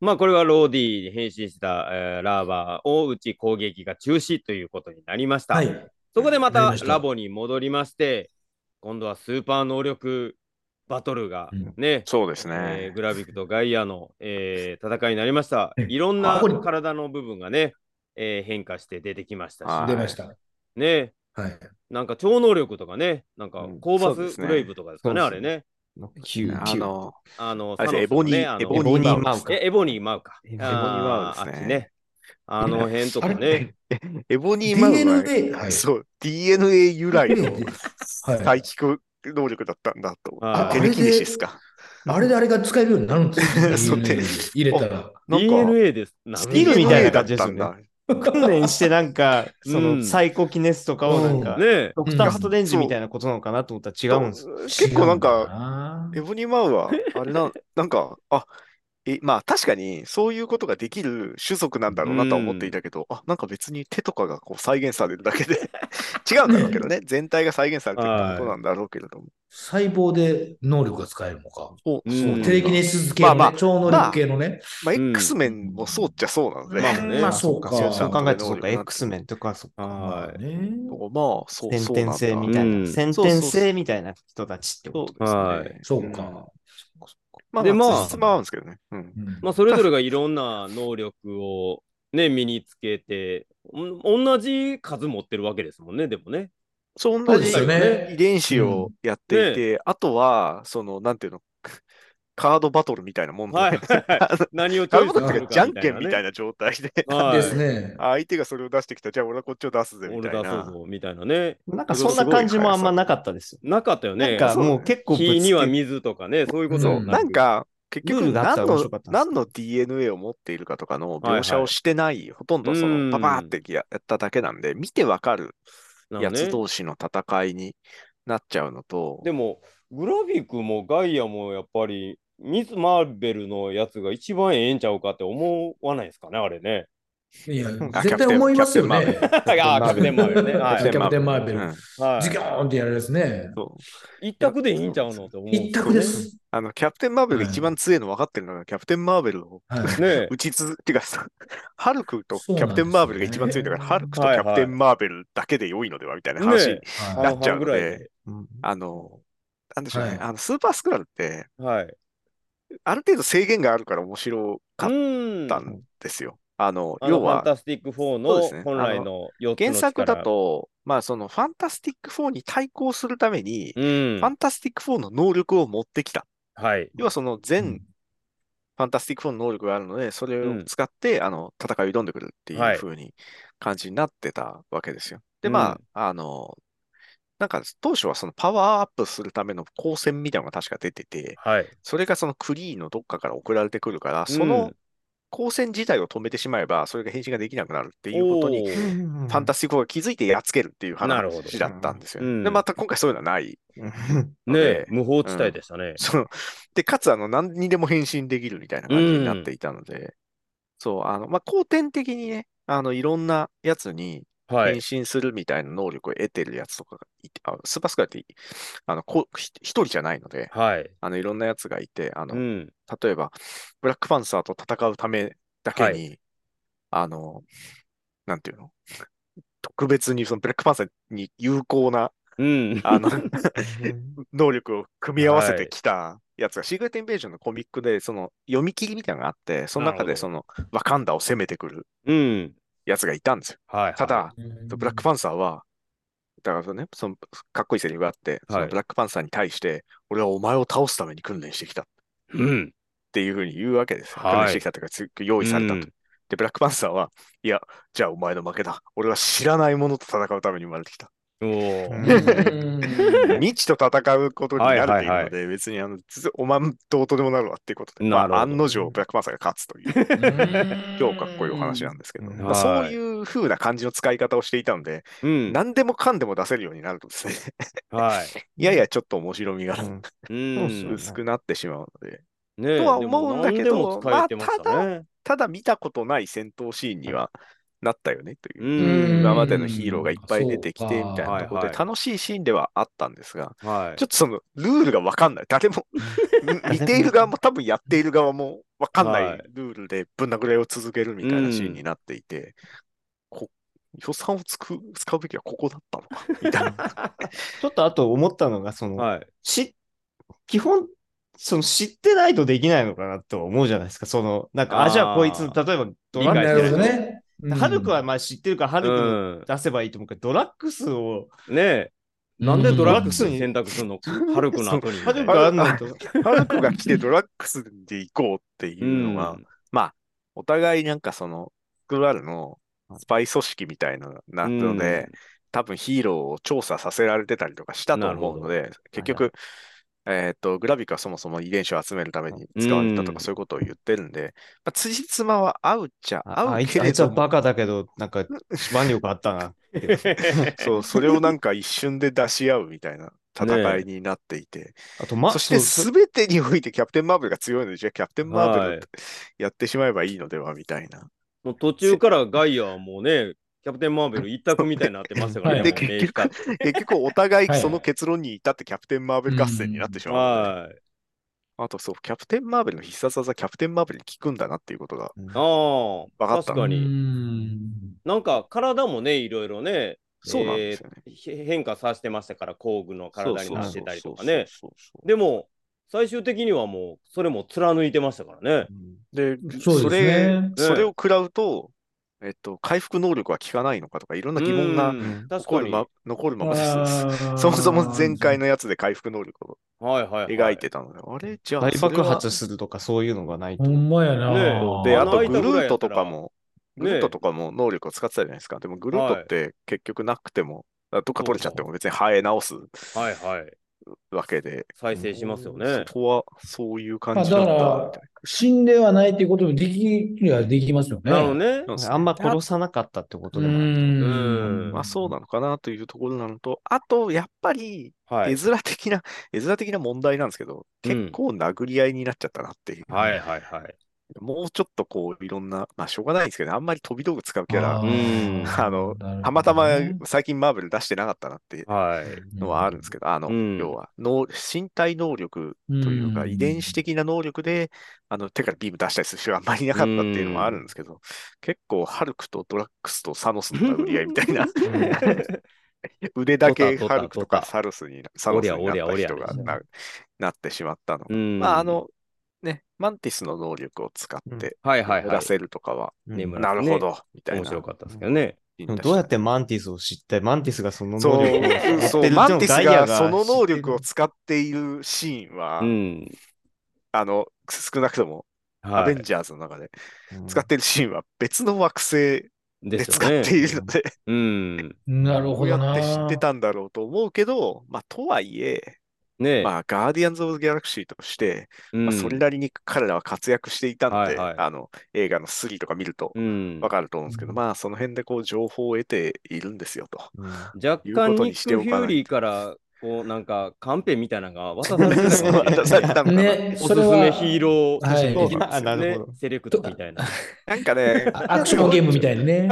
まあ、これはローディーに変身した、えーラーバーを打ち攻撃が中止ということになりました。はい。そこでまわたかりましたラボに戻りまして、今度はスーパー能力バトルがうんね、そうですえーね。グラビックとガイアの、えー戦いになりました。うんいろんなあこれ体の部分がね、えー変化して出てきましたし、はい出ました。ね、はい。なんか超能力とかね、なんかうんコーバそうでス・すグねレイブとかですかね、そあうでれすね。キューあキューの、あの、あれですサノスのねエボニーあのエボニーマウスえエボニー・マウか。エボニーあーマウですね秋あの辺とかね。エボニーマウは DNA、はい。そう、DNA 由来のはい再帰国能力だったんだと。はいテレキネシスか。あれであれが使えるようになるんですよそう DNA 入れたら。なんか DNA です。スキルみたいな感じ DNA ですだよっねたんだ。訓練してなんか、そうんのサイコキネスとかをなんか、ねえ。ドクターハトレンジみたいなことなのかなと思ったら違うんですよ。結構なんか、違エうボニー・マウは、あれな、 なんか、あ、え、まあ確かにそういうことができる種族なんだろうなとは思っていたけど、あ、なんか別に手とかがこう再現されるだけで 違うんだろうけどね、全体が再現されてるってことなんだろうけれども。細胞で能力が使えるのか。そううんそうなんだテレキネシス系のまあねまあ超能力系のね。まあ、うん X メンもそうっちゃそうなので、まあまあねまあそうか。そううそう考えるとそうか、そう X メンとか、そうか。はまあい。ねまあ、そう、先天性みいたいうんな。先天性みたいな人たちってそことうでですすね。はね。そうか。まあ、でままあ、あつまはあるんですけどね。うん。うんまあ、それぞれがいろんな能力を、ね、身につけて、ん同じ数持ってるわけですもんね、でもね。そんそなうですよね遺伝子をやっていて、あとは、その、なんていうの、 カードバトルみたいなもんで、はい。何をチ カーョドイスバトすルるかっていうかじゃんけんみたいなね。な状態で、はいですね。あ相手がそれを出してきた、じゃあ俺はこっちを出すぜみ俺たいだそうな。そうみたいなね。なんかそんな感じもあんまなかったですよ。なかったよね。なんかもう結構ぶつけ火には水とかね、そういうこそとうくなん、か、結ルー局ルがあったら何面白のかったんですけど何の DNA を持っているかとかのはいは描い写をしてない、ほとんどそうのんパパーってややっただけなんで、見てわかるなんかやねつ同士の戦いになっちゃうのと、でも、グラフィックもガイアもやっぱり、ミス・マーベルのやつが一番ええんちゃうかって思わないですかね、あれ ね。いや、あ絶対思いますよね。ああ、確定もあるよね。はキャい。プテンマーうベル。んはズキョい、ーンってやるやつね。そう一択でいいんちゃうのって思う。一択です。あのキャプテン・マーベルが一番強いの分かってるのが、キャプテン・マーベルをはい。ね打ち続けてかさ、 ハルクとキそうなんでャすよねプテン・マーベルが一番強いんだから、ハルクとキャプテン・マーベルだけで良いのではみたいな話、ねえ。はなっちゃう半々ぐのでらいであの、なんでしょうね、はいあのスーパースクラルって、はい。ある程度制限があるから面白かっうんたんですよ。あの、あの要ファンは、タスティック4そうでのすね本来の4つの力原作だ、と、まあその、ファンタスティック4に対抗するために、うんファンタスティック4の能力を持ってきた。はい。要はその全、うんファンタスティック4の能力があるので、それを使って、あの、戦いを挑んでくるっていうはい風に感じになってたわけですよ。で、うんまあ、あの、なんか当初はそのパワーアップするための光線みたいなのが確か出てて、はい。それがそのクリーのどっかから送られてくるから、そうのん光線自体を止めてしまえば、それが変身ができなくなるっていうことに、おーフファンタスティック4が気づいてやっつけるっていうなるほど話だったんですようね。んで、また今回そういうのはないのねでえ、、無法地帯でしたね。その、で、かつ、あの、何にでも変身できるみたいな感じになっていたので、そう、あの、まあ、後天的にね、あの、いろんなやつには変い。身するみたいな能力を得てるやつとかがいて、あスーパースカイって、あの、こうひ一人じゃないので、はい。あの、いろんなやつがいて、あの、うん。例えば、ブラックパンサーと戦うためだけに、はあの、なんていうの特別にそのブラックパンサーに有効な、うん。あの、能力を組み合わせはていきたやつが、シークレット・インベージョンのコミックで、その読み切りみたいなのがあって、その中なでるほそのワカンダを攻めてくるうん。やつがいたんですよ。はい。ただ、うんブラックパンサーは、だからそのね、そのかっこいいセリフがあって、そのブラックパンサーに対して、俺はお前を倒すために訓練してきたっうん。ていうふうに言うわけですよ。はい訓練してきたというか、つ用意されたと。うんで、ブラックパンサーは、いや、じゃあお前の負けだ。俺は知らないものと戦うために生まれてきた。おーうん未知と戦うことになるというので、はいはい別にあのずおまんどうとでもなるわっていうことで、なるほどまあ、案の定、ブラックパンサーが勝つという、超かっこいいお話なんですけど、うんまあそういう風な感じの使い方をしていたので、うん。何でもかんでも出せるようになるとですね、はい。い やいやちょっと面白みがうん。薄くなってしまうので、ねえとは思うんだけどでも何でも使えてましたね。ただ見たことない戦闘シーンにはなったよねというう。ん。今までのヒーローがいっぱい出てきてうんみたいなところそうでか楽しいシーンではあったんですが、はい。ちょっとそのルールが分かんない。誰も見ている側も多分やっている側も分かんなはいいルールでぶん殴り合いを続けるみたいなシーンになっていて、こ予算をつく使うべきはここだった のかみたいな。ちょっとあと思ったのが、その、はい。し、基本、その知ってないとできないのかなとは思うじゃないですか。その、なんか、ああ、ーじゃあこいつ、例えばドラ理解なッしてるグほスど。ね。うんハルクはまあ知ってるから、ハルクのうん。出せばいいと思うけど、ドラッグスを、ねえ。なんでドラッグスに選択するのハルクの後にみたハルいクな。があんないと。ハルクが来てドラッグスで行こうっていうのが、うんお互いなんかその、スクラルのスパイ組織みたいなのなので、多分ヒーローを調査させられてたりとかしたと思うので、結局、えっと、グラビックはそもそも遺伝子を集めるために使われたとうんかそういうことを言ってるんで、まあ、辻褄は合うっちゃあ合あういつけあいれつはどバも、カだけど、なんか、腕力あったな。 そう、それをなんか一瞬で出し合うみたいな戦いになっていて、あと、ま、そしてそう全てにおいてキャプテンマーベルが強いので、じゃあキャプテンマーベはルいやってしまえばいいのではみたいな。もう途中からガイアはもうね、キャプテン・マーベル一択みたいになってましたからね。でもう結名作局、結局お互いはいその結論に至ってキャプテン・マーベル合戦になってしまうので。はい。あとそう、キャプテン・マーベルの必殺技、キャプテン・マーベルに効くんだなっていうことが。ああ、わかっ確たかうに。んなんか体もね、いろいろね、そうなんですよね。えーへ変化させてましたから、工具の体になってたりとかね。そうそうそうでも、最終的にはもう、それも貫いてましたからね。で、そうそですれね。それを食らうと、えっと、回復能力は効かないのかとか、いろんな疑問うがん確残かるにまは残るままです。そそもそも前回のやつで回復能力をいはい、はい、描いてたので、あれじゃあ大それ爆は発するとかそういうのがないとほ。んまやねな。で、ああのと間グルぐらいやーったトらとかも、ねグルートとかも能力を使ってたじゃないですか。でもグルートって結局なくても、どっか取れちゃっても別に生え直すはいはいわけで、再生しますよねそこはそういうま感あ、じだなんかだみらたい、死んではないっていうこともできるはできますよね。なるほどねな。あんま殺さなかったってことうでもない。うんん。まあそうなのかなというところなのと、あと、やっぱり、は絵い面的な、絵面的な問題なんですけど、うん結構殴り合いになっちゃったなっていう。はいはいはいもうちょっとこう、いろんな、まあしょうがないんですけど、あんまり飛び道具使うキャラー、うんあなるほのどねたまたま最近マーベル出してなかったなっていう はいのはあるんですけど、あの、うん要は能、身体能力というか、ん遺伝子的な能力で、あの、手からビーム出したりする人があんまりいなかったっていうのもあるんですけど、結構、ハルクとドラックスとサノスの殴り合いみたいな、腕だけドタドタハルクとドかタサルスにな、サノスになったおりゃ人おりゃがおりゃななってしまったの。うんまあ、あの、ね、マンティスの能力を使って、はいはい出はいせるとかは、うん眠らなるほど、みたい面な。白かったですけどねでもどうやってマンティスを知って、マンティスがそのそ能力を持ってるう、ってそ、いううマンティスガイアがその能力を知って使っているシーンは、うんあの、少なくとも、アはベンいジャーズの中でる使っているシーンは別の惑星でです使よねっているので、うんなるこほうやどっな。て知ってたんだろうと思うけど、まあ、とはいえ、ねまあ、ガーディアンズ・オブ・ギャラクシーとして、うんまあ、それなりに彼らは活躍していたのはで、いはいあの、映画の3とか見るとうんわかると思うんですけど、うんまあ、その辺でこう、情報を得ているんです よと。うん若いう干ことニにッしてク・おフかューないとリーからこうなんかカンペみたいなのが渡されてたかもしれない渡されてたのか なね、おすそすれめはヒーローはい、写真的なあなるほど セレクトみたいな。なんか ねあアクションゲームみたいにね。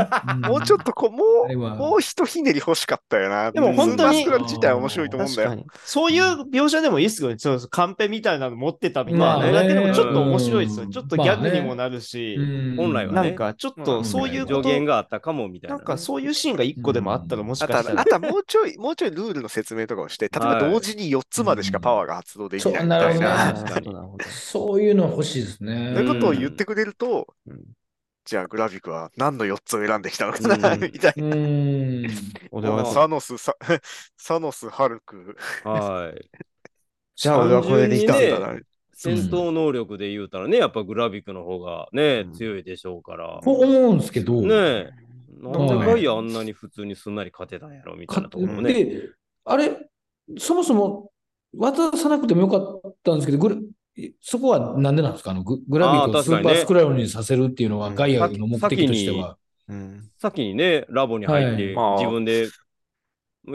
もうちょっとこう、も あれう、はもうひとひねり欲しかったよな。でも本当にスーパースクラル自体は面白いと思うん確だかよ。に。そういう描写でもいいっすよね。そうそうカンペみたいなの持ってたみたいな。まあねだけでもちょっと面白いですようね。んちょっとギャグまあねにもなるし、本来はねなんかちょっとそういうこ助と、言があったかもみたいなな。んかそういうシーンが一個でもあったらもしあかとしたは、らあ。とはもうちょい、も うちょいルールの説明とかをして、例えばはい同時に4つまでしかパワーが発動できないうんみたそうないるほな、どあねーなるほどなるほどそういうの欲しいですそういうね。ことを言ってくれると、うんじゃあグラフィックは何の4つを選んできたのかな、うん みたいうな。ん。俺はあーサノス、ササノス、ハルク、はい。じゃあ俺はこれでいい単か純にねなんだな戦闘能力で言うたらね、やっぱグラビックの方がね、うん強いでしょうから。こう思うんですけど、ねえ。なんではいガイアあんなに普通にすんなり勝てたんやろみたいかなところね。で、あれ、そもそも渡さなくてもよかったんですけど、グルそこはなんでなんですかあのググラビックあーを確スかーにパねースクラウンにさせるっていうのは、うんガイアの目的としては。うん先にね、ラボに入って、はい自分で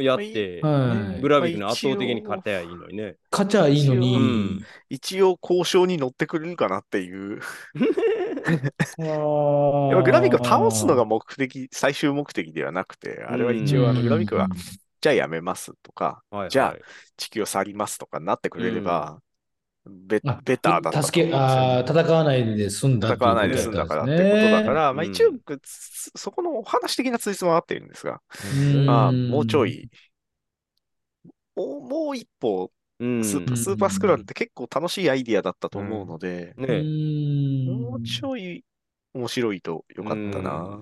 やって、はいグラビックの圧倒的に勝てやいいのにね。勝ちゃいいのうにん。。一応交渉に乗ってくれるかなっていう。やっぱググラフィックを倒すのが目的、最終目的ではなくて、あれは一応あのうんグラフィックが、じゃあやめますとか、はいはいじゃ地球を去りますとかなってくれれば、ベあベターだったと助思うんけですよあー戦わないで済んだ戦わないで済んだからってことだから、まあ、うん一応、つそこのお話的なついつもあっているんですが、うんまあ、もうちょい、もうもう一歩うんスーパー、うんスーパースクラルって結構楽しいアイディアだったと思うので、ねもうちいょい面白いとよかったな。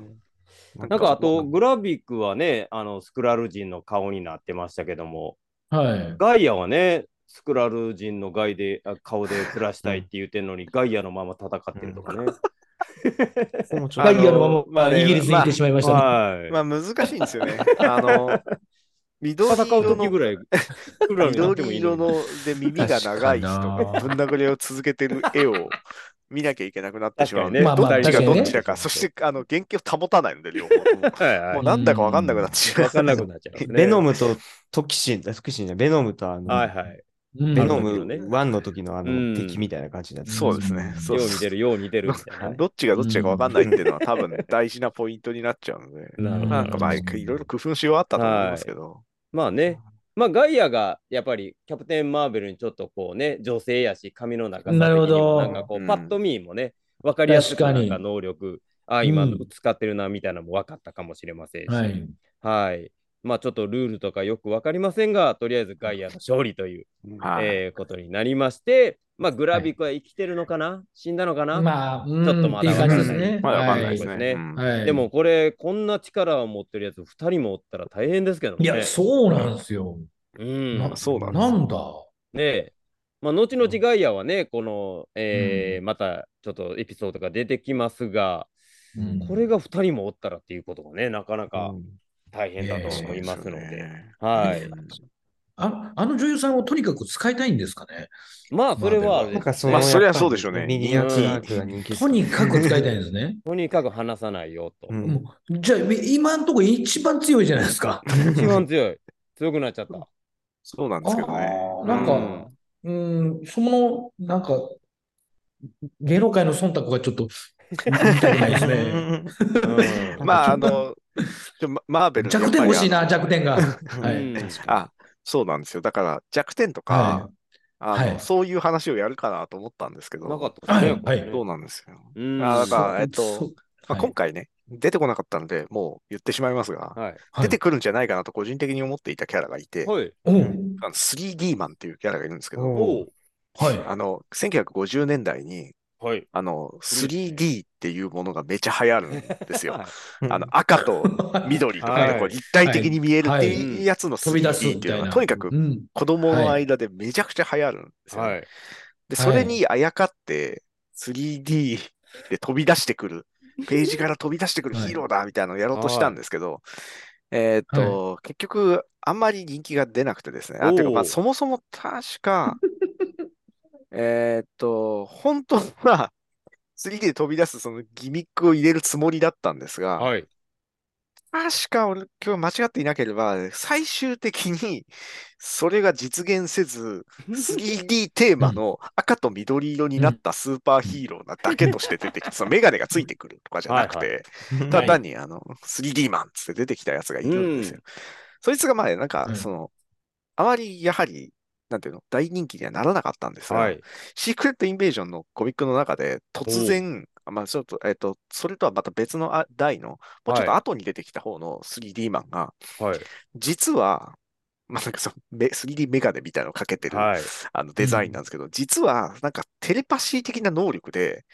なんかあそと、こグラビックはね、あの、スクラル人の顔になってましたけども、はいガイアはね、スクラル人のガイであ顔で暮らしたいって言ってんのに、ガイアのまま戦ってるとかね。ここもちょっガとあのイアのまま、まあねイギリスに行ってしまいましたね、はい。まあ難しいんで すよね。あの、緑戦う色時のぐらい、クラルになっても緑いい色のに。ので耳が長い人確がかになぶん殴りを続けてる絵を見なきゃいけなくなってしまうので、確かどにねっちまがあまあどっち確だか、かにねそしてあの原型を保たないので、両方とも。はいはいもうなんだかわかんなくなってしまわかんなう。くなっちゃいますね。ベノムとトキシン、トキシンじゃないベノムとあはいの、はい。うんベノあムのね1の時のあうんの敵みたいな感じになってそうですね。うんそようう似てる、よう似てるみたいなね。どっちがどっちだかわかんないっていうのは多分大事なポイントになっちゃうので、なるほどなんかまあいろいろ工夫しようあったと思いますけど、まあね。まあガイアがやっぱりキャプテン・マーベルにちょっとこうね、女性やし、髪の中さ的にもなるほどなんかこうう、んパッと見もね、わかりやすく確かなんにか能力、あ、今うん使ってるなみたいなのも分かったかもしれませんし。はい、はい。まあちょっとルールとかよくわかりませんが、とりあえずガイアの勝利という、はいえーことになりまして、まあ、グラビコは生きてるのかな、死んだのかな、まあ、うんちょっとまだっていう感じですね。まだわかんないはでいすね。うんはいで、もこれ、こんな力を持ってるやつ2人もおったら大変ですけどね。いや、そうなんですよ。うん。まあそうだなんだ。ねえ。まあ、後々ガイアはね、この、えーまたちょっとエピソードが出てきますが、うんこれが2人もおったらっていうことがね、なかなか大変だとうん思いますので。ねはい。ああの女優さんをとにかく使いたいんですかね。まあ、それはあれでなんす、かそまあそりゃそうでしょうねミニ人ア気キークが人気ですとにかく使いたいんですね。とにかく離さないよと。うんも うじゃあ、今のところ一番強いじゃないですか。一番強い。強くなっちゃった。そうなんですけどねあ。ーなんかうんうん、その、なんか、芸能界の忖度がちょっと見たくないです ね。 うんまあ、あの、ちょママーベルの弱点欲しいやな、っぱりあ弱の点が。はうんい。あ、そうなんですよ。だから弱点とかは、あのはいそういう話をやるかなと思ったんですけど、なかったですね。はいこれねそうなんですよ。うんあだい。からえっとそうまあ、はい今回ね、出てこなかったので、もう言ってしまいますが、はい。はい出てくるんじゃないかなと個人的に思っていたキャラがいて、はい。おうあの 3D マンっていうキャラがいるんですけど、おおうはあの、1950年代に、はい。あの、 3D 3D っていうものがめちゃ流行るんですよ。うんあの、赤とい。緑とかね、はいこう立体的に見えるってはいいはういやつの飛び出す 3D っみていうたのいが、な。とにかくうん。子供の間でめちゃくちゃ流行るんですよね。はい。で、はいそれにあやかって、3D で飛び出してくる、ページから飛び出してくるはいヒーローだみたいなのをやろうとしたんですけど、えーっと、結局、あんまり人気が出なくてですね。あ、てか、おーまあ、そもそも確か、えーっと、本当は、3D で飛び出すそのギミックを入れるつもりだったんですが、はい。確か俺今日間違っていなければ、最終的にそれが実現せず、3D テーマの赤と緑色になったスーパーヒーローなだけとして出てきて、そのメガネがついてくるとかじゃなくはいて、 ただ単にあの 3D マンっつって出てきたやつがいるんですよ。そいつがまあ、なんはかいその、あまりやはり、なんていうの、大人気にはならなかったんですはが、い。シークレット・インベージョンのコミックの中で、突然、まあちょっと、えっと、それとはまた別のあ題の、もうちょっとはい後に出てきた方の 3D マンが、はい。実は、まあなんかそのめ 3D メガネみたいなのをかけてるはい。あのデザインなんですけど、実はなんかテレパシー的な能力で、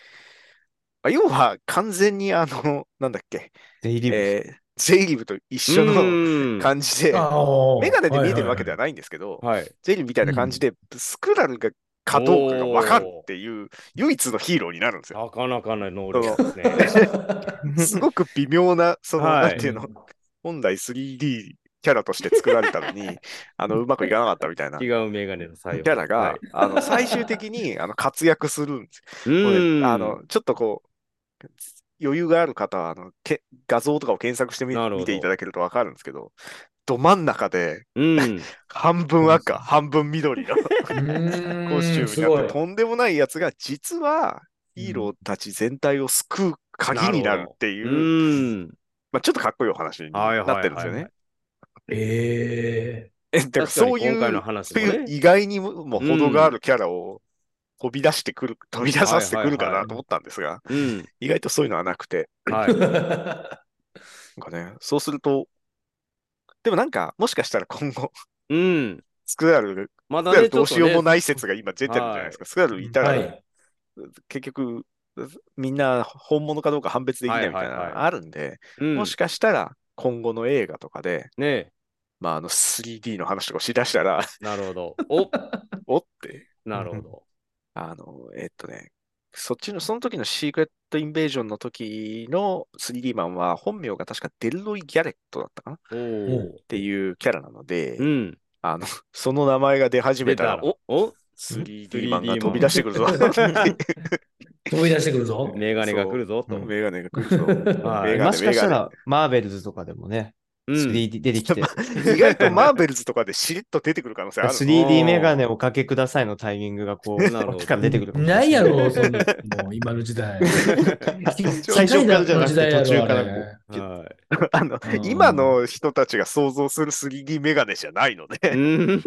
あ要は完全にあの、なんだっけ、デイリーえーゼイリブと一緒のうん感じで、メガネで見えてるわけで はない。ないんですけど、はい。ゼイリブみたいな感じで、スクラルがかどうかがわかるっていう、唯一のヒーローになるんですよ。なかなかの能力ですね。 すごく微妙な、その、はいなんていうの、本来 3D キャラとして作られたのに、あの、うまくいかなかったみた いな。キ違うメガネの作用。ャラが、はいあの最終的にあの活躍するんですようこれん。あの、ちょっとこう、余裕がある方は、あの、け、画像とかを検索してみ、なるほど見ていただけるとわかるんですけど、ど真ん中で、うん。半分赤、半分 緑のココスチュームにすごなっいて、とんでもないやつが、実は、ヒーローたち全体を救う鍵になるっていうう、ん。まあ、ちょっとかっこいいお話にはいはいなはいはいってるんですよね。ええ、だから確かそうにいう、今回の話そうもいうね。意外にもも程があるキャラを飛び出してくる、飛び出させてくるかなと思ったんですが、うん。意外とそういうのはなくて、はえ い。なんかね、そうすると、でもなんか、もしかしたら今後、 うん。スクラル、まスだクラね、ルちょどっうとしようもね。ない説が今出てるじゃないですか。スクラルいたら、はい。結局、みんな本物かどうか判別できないみたいはいなはいのはがあるんで、うんもしかしたら今後の映画とかで、ねまあ、あの 3D の話とかをしだしたら、 なるほど。おおって、なるほあの、えっとね、そっちの、その時のシークレットインベージョンの時の 3D マンは、本名が確かデルロイ・ギャレットだったかなっど。おお。ていうキャラなので、うん。あの、その名前が出始め出たたら、ら。おお 3D ?3D マンがマン飛び出してくるぞ。 飛び出してくるぞ。メガネが来るぞと。メガネが来るぞ。はメガネもしかしたら、マーベルズとかでもね、うん。 3D 出てきて、 意外とマーベルズとかでしりっと出てくる可能性 あるの。あ 3D ーメガネおかけくださいのタイミングがこう、なるほどこっちから出てくるかもしれないやですねろ、そんなもう今の時 代。 最初からじゃな機械だの時くて途中からこう代やろあれはあのうん今の人たちが想像する 3D メガネじゃないのい。で、うん。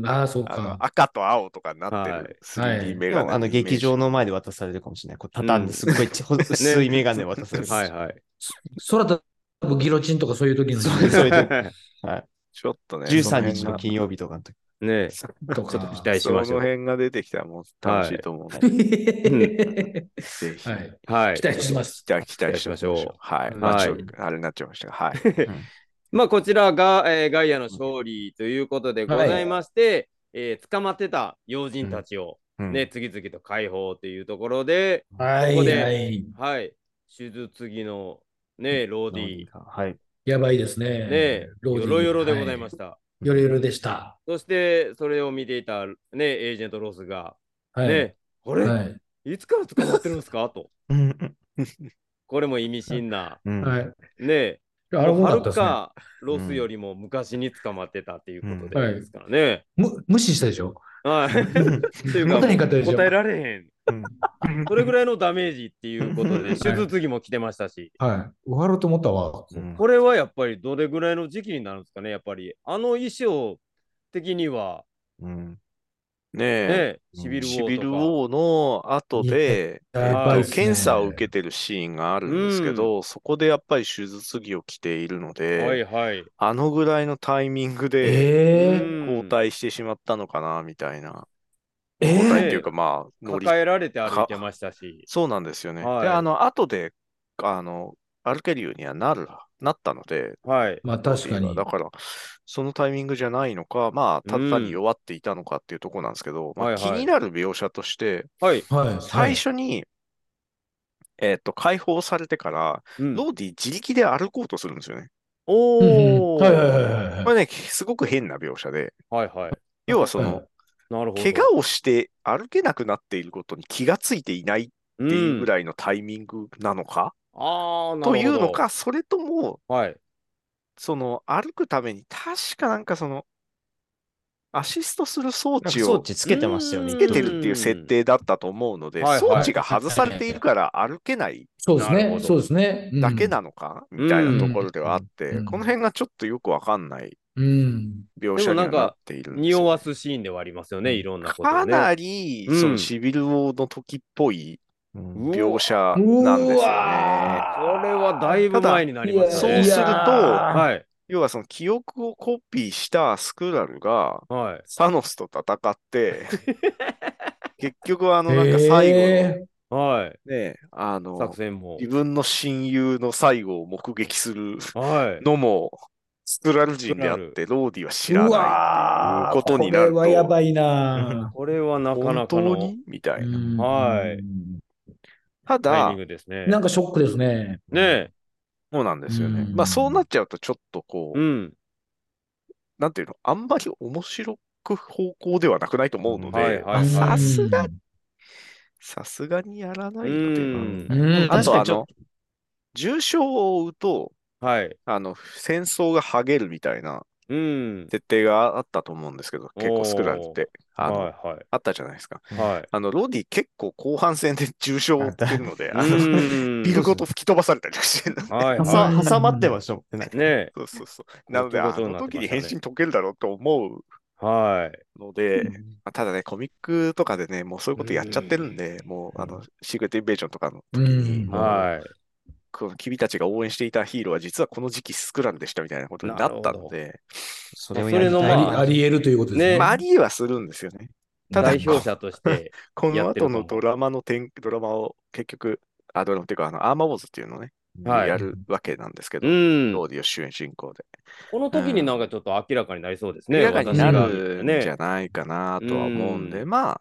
うん、ああ、そうあのか。赤と青とかになってる 3D メでガネイメージ。もあの劇場の前で渡されるかもしれない。こう畳んですごいちほ薄いメガネ渡され る。はいはい。空飛ぶギロチンとかそういう時の。それではちょっとね。 13日の金曜日とかの時。 ねちとょっとか期。待しそまのしょう。辺が出てきたらもう楽しいと思うので、ぜひ、はい。はい期。待してます。じゃあ期待してみましょう期待しましょう。はい。うんまあ、ちょはいあれになっちゃいましたが、はい。まあこちらが、えーガイアの勝利ということでございまして、えー捕まってた要人たちを、うんね、次々と解放というところで、はいここではい。はい、手術着のね、ローディー、はい。やばいですね。ね、ローよディーろよろでございました。はいよろよろでした。そして、それを見ていた、ね、エージェントロスが、はい。ね、これ、はい。い、つから捕まってるんですかと。うんこれも意味深 な、うんはい。ね、あれもはなかっるたですね。かロスよりも昔に捕まってたっていうことうんはでいですからね。む無視したでしょ はい。 という持たへんか、かったでしょ答えられへん。うんそれぐらいのダメージっていう ことで、手術着も来てましたし、はい。終わろうと思ったわ。うんこれはやっぱりどれぐらいの時期になるんですかね、やっぱり。あの衣装的には、うんねえ。ね、シビルウシォビールと王か。の後で、えいっややばいっとすね検査を受けてるシーンがあるんですけど、そこでやっぱり手術着を着ているので、はいはい。あのぐらいのタイミングでえうん交代してしまったのかな、みたいな。え交え代っていうか、まあ、乗り、抱えられて歩いてましたし。そうなんですよね。はいで、あの、後で、あの、歩けるようにはなる、なったので、はい。まあ確かに。だから、そのタイミングじゃないのか、まあ、ただ単に弱っていたのかっていうところなんですけど、まあはいはい気になる描写として、はい。はい。最初に、えっと、解放されてから、うんローディ自力で歩こうとするんですよね。はい。うんおうんー。はいはいはいはいこはい。れね、すごく変な描写で、はいはい。要はそはの、なるほど。怪我をして歩けなくなっていることに気がついていないっうてんいうぐらいのタイミングなのか、ああ、なるほど。というの。か、それとも、はい。その、歩くために、確かなんかその、アシストする装なんか置装を置つけてましたよね。うんつけてるっていう設定だったと思うので、うんはい装はい置が外されているから歩けないそうですなるほね。どそうですね。うんだけなのか、みたいなところではあって、うんこの辺がちょっとよくわかんないうん。描写にはなっているんです匂よ。わすシーンではありますよね、いろんなことかをね。なり、うんそのシビル王の時っぽいうん描写うなんですよね。わこれはだいぶ前になりますそうよね。すると、ははい。要はその記憶をコピーしたスクラルが、はい。サノスと戦 って、結局あーのなんか最後のね、えはい。あの、作戦も。自分の親友の最後を目撃するはい。のも、スクラル人であっスクて、ローディは知ーらうないわっーていうことになるこれはやと、ばいなこれはなかな本か当のにみたーいな。うんはいたタイミだン、グですね。なんかショックですね。ねえ。そうなんですよね。うんまあそうなっちゃうと、ちょっとこう、うん。なんていうの、あんまり面白く方向ではなくないと思うので、はいはいまあさすうがん、さすがにやらなういのでは、ん。うん。あ確とかあにちょの、重傷を負うと、はい。あの、戦争がはげるみたいなうん。設定があったと思うんですけど、結構スクラルって、あの、はいはあったじゃないですか。い。はい。あの、ロディ結構後半戦で重傷を負ってるので、あの、 うんビルごと吹き飛ばされたりして るのではい挟は挟まってましたもんねい。。ねえ。そうそうそう。なので、こういうあことになのって時まにしたね変身解けるだろうと思うはい。ので、まあただね、コミックとかでね、もうそういうことやっちゃってるんで、もう、あの、シークレットインベージョンとかの時に、うんもうはこの君たちが応援していたヒーローは実はこの時期スクラルでしたみたいなことになったので、それそをやれりのありたあい。り得るということですね。ねまあ、ありえはするんですよね。ただ代表者と して。こやのってる後かものドラマの展、ドラマを結局、あ、ドラマっていうか、あの、アーマーウォーズっていうのをね、はいやるわけなんですけど、うん。ローディオ主演進行で。この時になんかちょっと明らかになりそうですね。映画館に私が明ならかるんじゃね。ないかなとは思うんで、うまあ、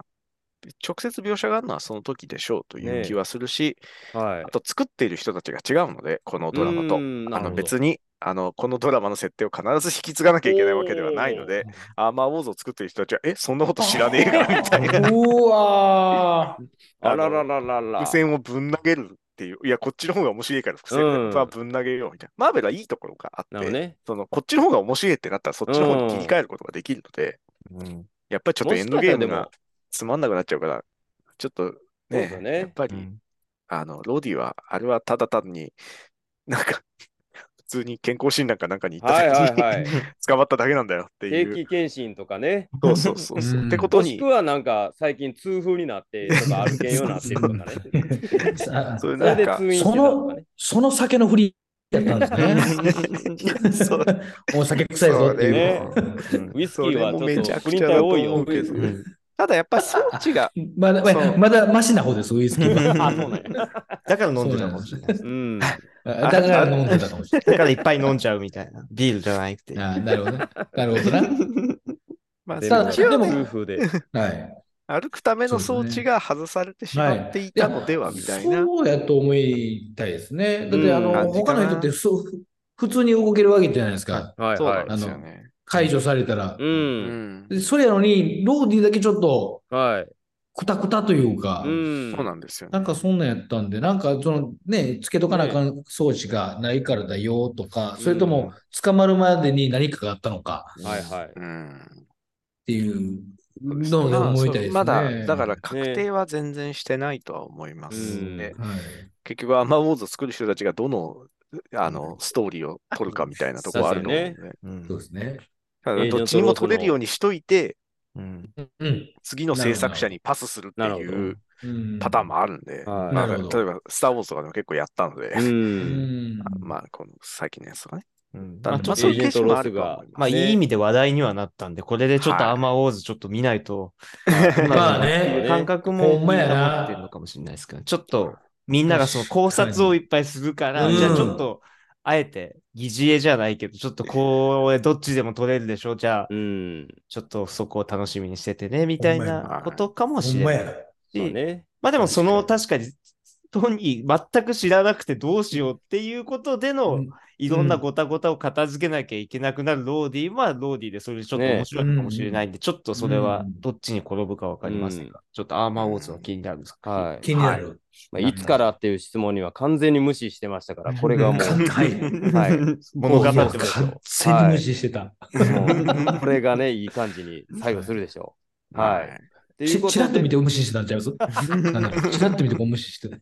直接描写があるのはその時でしょうという気はするし、はいあ。と作っている人たちが違うので、このドラマとう。んなあるほのど別に、あの、このドラマの設定を必ず引き継がなきゃいけないわけではないので、アーマーウォーズを作っている人たちは、え、そんなこと知らねえが、みたい な。うわーあららららら。伏線をぶん投げるっていう、いや、こっちの方が面白いから伏うん線はぶん投げようみたいな。マーベルはいいところがあなっるて、ほどね。そのこっちの方が面白いってなったら、そっちの方に切り替えることができるので、うんやっぱりちょっとエンドゲームがつまんなくなっちゃうから、ちょっとそうねだ、ねやっぱり、うんあの、ロディは、あれはただ単に、なんか、普通に健康診断かなんかに行ったはい時に、はいはい。 捕まっただけなんだよって定いう。期検診とかね。そうそうそうそうう。んってこともしにく、はなんか最近痛風になってとか歩けんようになってるとかね。さあそれそれなんでか、通院してたそとかのね。、その酒の振りやったんですね。いやそう お酒臭いぞっていう。ねそれもウイスキーはちょそれもっめちとゃプくリンちゃ体だと多いよ思う。けどう。 んただやっぱ装 置が、まだ、まそだうまだマシな方です、ウイスキーは。あ、そうなんや。だから飲んでたかもしれない。うん。あだから飲んでたかもしれだからいっぱい飲んじゃうみたいな。ビールじゃなくて。ない。ああなるほどね。なるほどまあ、でただ一応でもね夫婦で。な。はい。歩くための装置が外されてしまっていたのではみたいな。そうやと思いたいですね。だって、あの、うん他の人ってそう普通に動けるわけじゃないですか。はいそうはないん。ですよね。解除されたらう。。うんん。でそれやのに、ローディだけちょっと、はい。くたくたというか、うん。そうなんですよね。なんかそんなんやったんで、なんかそのね、つけとかなあかん装置がないからだよとか、それとも捕まるまでに何かがあったのかはいはい。うん。っていうのを思いたいですね。まあそうまだ、だから確定は全然してないとは思いますんでね、はい、結局アーマーウォーズを作る人たちがどの、あの、ストーリーを取るかみたいなところあると思うんで、うんそうですね。ただどっちにも取れるようにしといて、うんうん。次の制作者にパスするっていううんパターンもあるんはで、いまあなるほど例えば、スター・ウォーズとかでも結構やったので、う。うんん。まあ、この最近のやつとかね。うんたまだあちょっとそういうケースもあるエージェンとトロはス思いまあ、ますいねい意味で話題にはなったんで、これでちょっとはいアーマーウォーズちょっと見ないと、まあっていねう感覚ほもんまやな持ってるのかもしれないですけど、ちょっとみんながその考察をいっぱいするから、うんじゃあちょっと、あえて疑似絵じゃないけど、ちょっとこう、どっちでも撮れるでしょう、じゃあうん。ちょっとそこを楽しみにしててね、みたいほんまなやことかもほしんれまないや。まあし、ね。まあでもその確かに、トニー全く知らなくてどうしようっていうことでの、うんいろんなごたごたを片付けなきゃいけなくなるローディーはローディーでそれちょっとね面白いのかもしれないんで、ちょっとそれはうんどっちに転ぶかわかりませんが、ちょっとアーマーウォーズは気になるんですか、はい。気になる。まあ、いつからっていう質問には完全に無視してましたから、これがもう。はい。はい。物語ってもうますよ完。全に無視してた。もうこれがね、いい感じに最後するでしょう。ははいい。とい ちうことちらっと見でて無視してたんちゃいますなんだろうちらっと見てこう無視してた。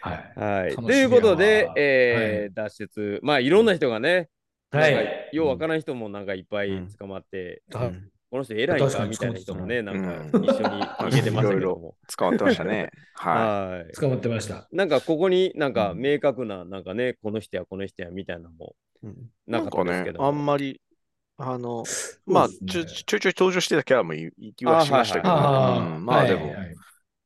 はい。はい。楽しみやなということで、えー脱出。まあ、いろんな人がね、はなんかい。ようわからん人もなんかいっぱいうん捕まって、あこの人偉いん確かだにみたいな人もね、なまってんましかた一緒に逃げてましたけども。使われてましたね。はは捕まってました。い。なんかここになんか明確な、なんかね、この人やこの人やみたいなのもうんい。なかったですけど。あんまり、あの、まあ、そうちでょすねちょいちょい登場してたキャラもいいはしましたけど、ああ、うんまあではいもは、い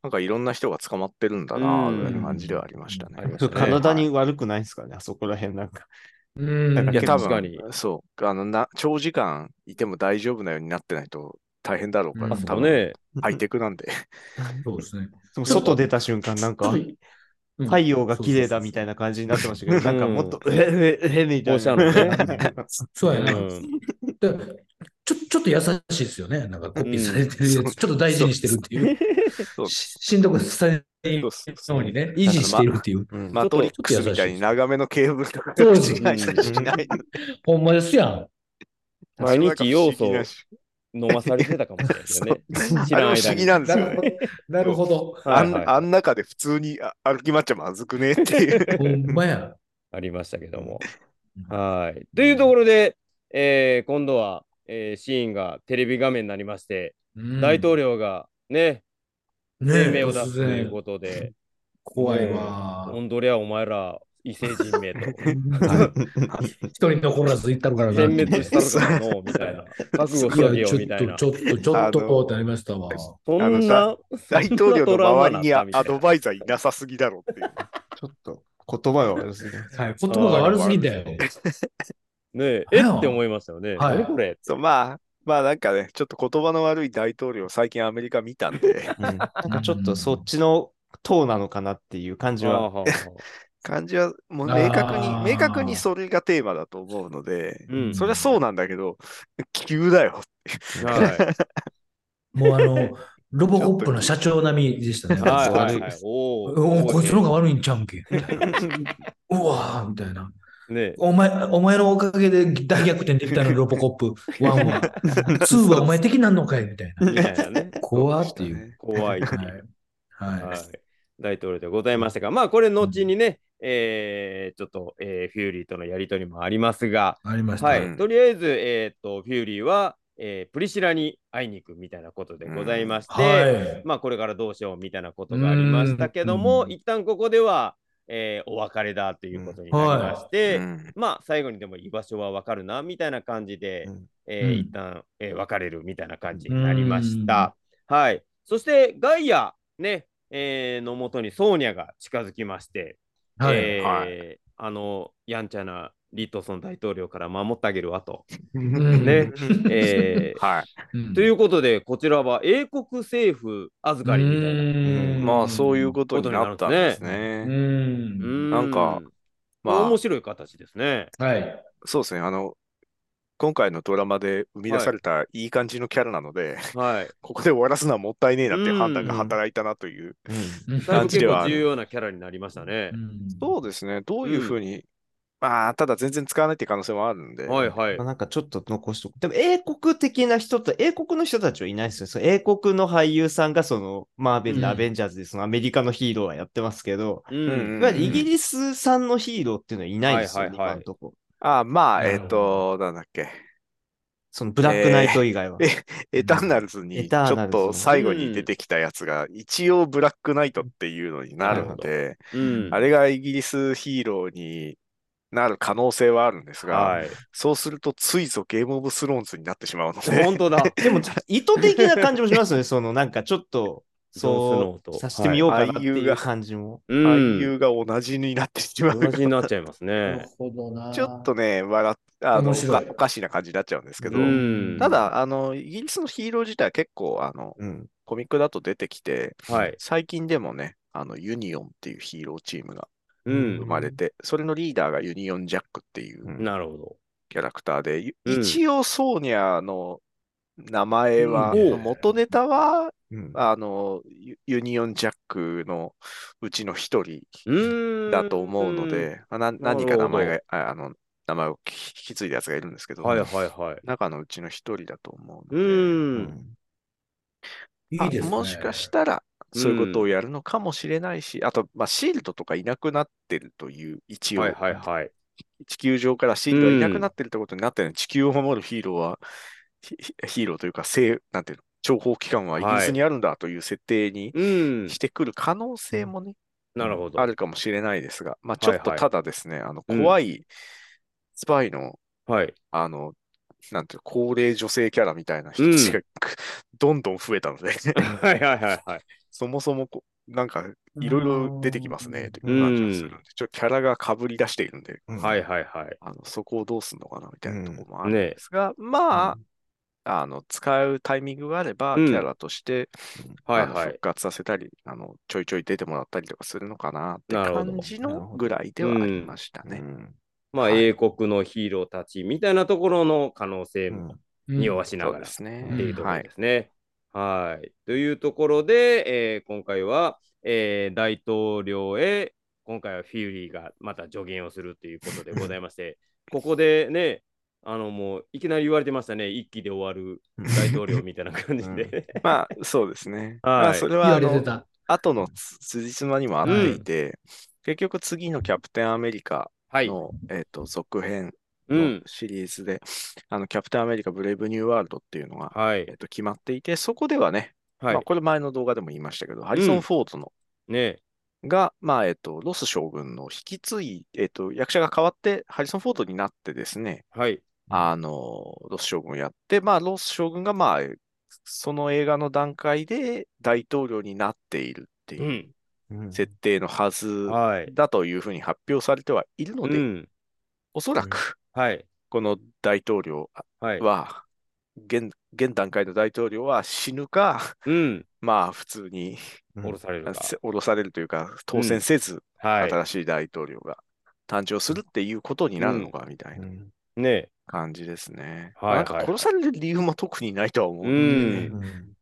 なんかいろんな人が捕まってるんだな、ぐらいの感じではありましたうんありねま。したね体に悪くないですかね、あそこら辺なんか。うんなんかいや、結構多確かに分、そう、あのな、長時間いても大丈夫なようになってないと大変だろううかんら、あそ多こ分、ね。ハイテクなんで。そうですね。でも外出た瞬間、なんか、太陽が綺麗だみたいな。な感じになってましたけど、なんかもっと、うえへへへみたい放射な。能 ね。そううやな。んでちょちょっと優しいですよね。なんかコピーされてるやつ、うんちょっと大事にしてるっていう。そうししんどくされないようにね、維持しているっていう。うんマトリックスみたいに長めのケーブルとかちょっと優しい口が開いたりしないのでほんまですやん。毎日要素をなんか飲まされてたかもしれないですよね。不思知議ならん間にあれも不思議なんですよね。なるほど。あはいはいんあん中で普通にあ歩き回っちゃまずくねって いう。ほんまや。ありましたけどもうん。はい。というところで、えー今度は、えーシーンがテレビ画面になりまして、うん大統領がね、ね声明を出す突という然ことで、怖いわオ。ンドレアお前ら異星人名と一人残らず行ったのからな。全滅したのかもみたいな、覚悟しといけやよちょみたいっなと、。ちょっと、ちょっあとのってなりましたわ。そんあなのさ、そんな大統領のトラウマ周りなんにだアみたいなドバイザーいなさすぎだろっていう。ちょっと言葉が悪すぎる。はい、言葉が悪すぎだよ。ねえ、えなんやって思いましたよね。はい何これそうまあ、まあなんかね、ちょっと言葉の悪い大統領、最近アメリカ見たんで、うんなんかちょっとそっちの塔なのかなっていう感じあーは。はーは感じはもう明確あに、ー明確にそれがテーマだと思うので、ーうんそれはそうなんだけど、急だよ。はもうあの、ロボコップの社長並みでしたね。いはいはい悪はいい。おーおお、こいつの方が悪いんちゃうん け。みたいなうわーみたいな。ねえお前、お前のおかげで大逆転できたの、ロボコップ。ワン は。ツーはお前的なんのかいみたいな。みたいなね。怖っていう。怖いってはいいう。。は。はいい、大統領でございましたが、まあこれ後にね、えーちょっと、えーフューリーとのやりとりもありますが、ありました。はうい、んとりあえず、えー、とフューリーは、えープリシラに会いに行くみたいなことでございまして、はい。まあこれからどうしようみたいなことがありましたけども、うん一旦ここでは、えーお別れだということになりまして、うんまあ最後にでも居場所はわかるなみたいな感じで、うんえーうん一旦、えー別れるみたいな感じになりました。はい。そしてガイアね、えーのもとにソーニャが近づきまして、はい。えーはあのやんちゃなリトソン大統領から守ってあげるわと。うんね。うんえー はい。うんということでこちらは英国政府預かりみたいな。うんまあ、そういうことになったんですね。うんなんかうまあ面、白い形ですね。はい。そうですね。あの、今回のドラマで生み出されたいい感じのキャラなので、 はい。ここで終わらすのはもったいねえなっていう判断がうん働いたなという。だい感ぶじ結では構ある重要なキャラになりましたねう。んそうですね。どういうふうに、まあ、ただ全然使わないっていう可能性もあるんで。はいはいまあ。なんかちょっと残しとく。でも英国的な人と、英国の人たちはいないですよ。その英国の俳優さんがそのマーベルうんのアベンジャーズでそのアメリカのヒーローはやってますけど、ううんんいわゆるイギリス産のヒーローっていうのはいないですよ、はねいはいはい今のとこ。ああ、まあ、なえるっ、ほと、なんだっけ。そのブラックナイト以外は。えエターナルズエにちターナルズょっと最後に出てきたやつが、一応ブラックナイトっていうのになるので、うんあれがイギリスヒーローになる可能性はあるんですが、 はい。そうするとついぞゲームオブスローンズになってしまうので、本当だ。でも 意図的な感じもしますよね。そのなんかちょっと、ジョンスそノーとう、さしてみようかなってはい俳優いうが感じも。う俳ん。優が同じになってしまう。同じになっちゃいますな るね。ほどな。ちょっとね、笑っあの面白いおかしな感じになっちゃうんですけど、うんただあの、イギリスのヒーロー自体は結構あのうん。コミックだと出てきて、はい。最近でもね、あのユニオンっていうヒーローチームがう生ん。まれて、それのリーダーがユニオン・ジャックっていううんなるほキャラクターで、いうん一応ソーニャの名前は、うんおう元ネタは、うんあの、ユユニオン・ジャックのうちの一人ど。うん。だと思うの。で、まあななるほど何か名前が、ああの、名前を引き継いだやつがいるんですけど、はいはいはい。中のうちの一人だと思ううので、ん。いあいですね。もしかしたら、そういうことをやるのかもしれないし、あと、まあ、シールドとかいなくなってるという、一応、はいはいはい。地球上からシールドがいなくなってるってことになってる、地球を守るヒーローは、ヒヒヒーローというか、政なんていうの、情報機関はイギリスにあるんだという設定にうん。してくる可能性もね、なるほど。あるかもしれないですが、まあ、ちょっはいとはいただですね、あのうん怖いスパイの、はい。あの、なんていうの高齢女性キャラみたいな人たちが、 どんどん増えたので、 はいはいはいはい。そもそもこうなんかいろいろ出てきますね、という感じがするんで、ちょっとキャラがかぶり出しているんで、はいはいはい。あのそこをどうするのかなみたいなところもあうるんんねですが、まあ、あの、使うタイミングがあれば、うんキャラとして、はいあのは復い。活させたり、あの、ちょいちょい出てもらったりとかするのかなってなるほど感じのぐらいではありましたね。まあはい英国のヒーローたちみたいなところの可能性もうん匂わしなそがうらでっすてね。いうとこはろいで。すね。はい。というところで、えー今回は、えー大統領へ、今回はフィーリーがまた助言をするということでございま して、ここでね、あのもういきなり言われてましたね、一期で終わる大統領みたいな感じで。 まあ、そうですね。はいまあ、それ言は、わあれての、た。後のつ辻褄にも合っていて、結局次のキャプテンアメリカ はい。の、えっと、続編うのん。シリーズで、あの、キャプテンアメリカブレイブニューワールドっていうのが、はいえっ。と、決まっていて、そこではね、はまあ、い。これ前の動画でも言いましたけど、ハリソン・フォードの、ね。が、まあ、えっと、ロス将軍の引き継い、えっと、役者が変わって、ハリソン・フォードになってですね、はい。あの、ロス将軍をやって、まあ、ロス将軍が、まあ、その映画の段階で大統領になっているってう。いうん設定のはずはい。だというふうに発表されてはいるのうで、ん。おそらく、はい。この大統領はい。は、現、現段階の大統領は死ぬか、うん。まあ、普通に、降ろされるか。せ降ろされるというか、当選せず、はい。新しい大統領が誕生するっていうことになるのか、みたいなね。感じですね。はいなんかはい殺される理由も特にないとは思ううんでね、ん。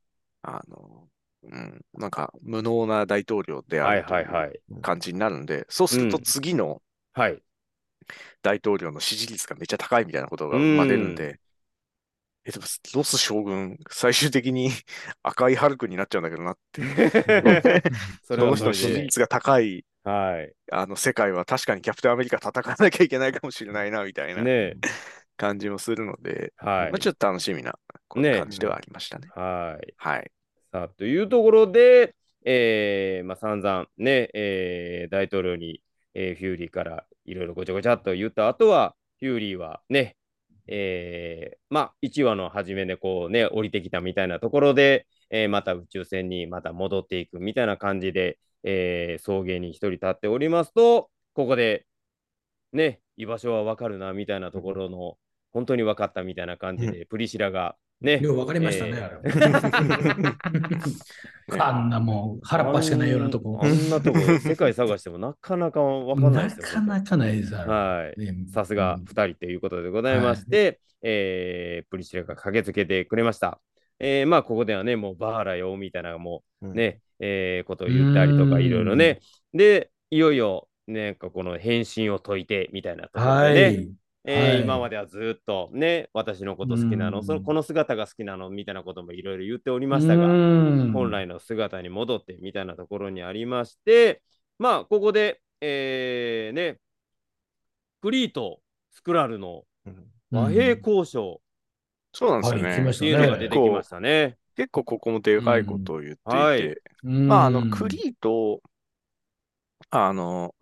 あの、うん、なんか無能な大統領であはいるとはいはいい。う感じになるんで、そうするとうん次の はい。大統領の支持率がめっちゃ高いみたいなことが生まれるんで、え、でもロス将軍、最終的に 赤いハルクになっちゃうんだけどなって。そそれはその人のれ支持で。率が高いはい。あの世界は確かにキャプテンアメリカ戦わなきゃいけないかもしれないなみたいなね。感じもするので、はいまあ、。ちょっと楽しみなこうね感じではありましたね。はい。はい。 さあ、というところで、えーまあ、散々ね、えー大統領にえーフューリーからいろいろごちゃごちゃっと言った後は、フューリーはね、えーまあ、1話の初めでこうね、降りてきたみたいなところで、えーまた宇宙船にまた戻っていくみたいな感じで、えー草原に一人立っておりますと、ここで、ね、居場所はわかるなみたいなところの、本当に分かったみたいな感じで、プリシラが、ね、よう分かりましたね、えー あれあんなもう腹っぱしかないようなとこあ。んなとこ、世界探してもなかなかわかんないなですかよ。なかないです。あれはい。ねさすがうん2人ということでございまして、えープリシラが駆けつけてくれました。えーまあ、ここではね、もうバーラよみたいな、もうね、えーことを言ったりとうか、んいろいろね。で、いよいよ、なんかこの変身を解いてみたいなところはでね、い。えーはい今まではずっとね、私のこと好きなうの、んそのこの姿が好きなのみたいなこともいろいろ言っておりましたが、本本来の姿に戻ってみたいなところにありまして、まあ、ここで、えーね、クリーとスクラルの和平交渉そうなんですよはい来まねしっていうのが出てきましたね。結構ここもでかいことを言っていて、うんはいまあ、あの、クリーと、あの、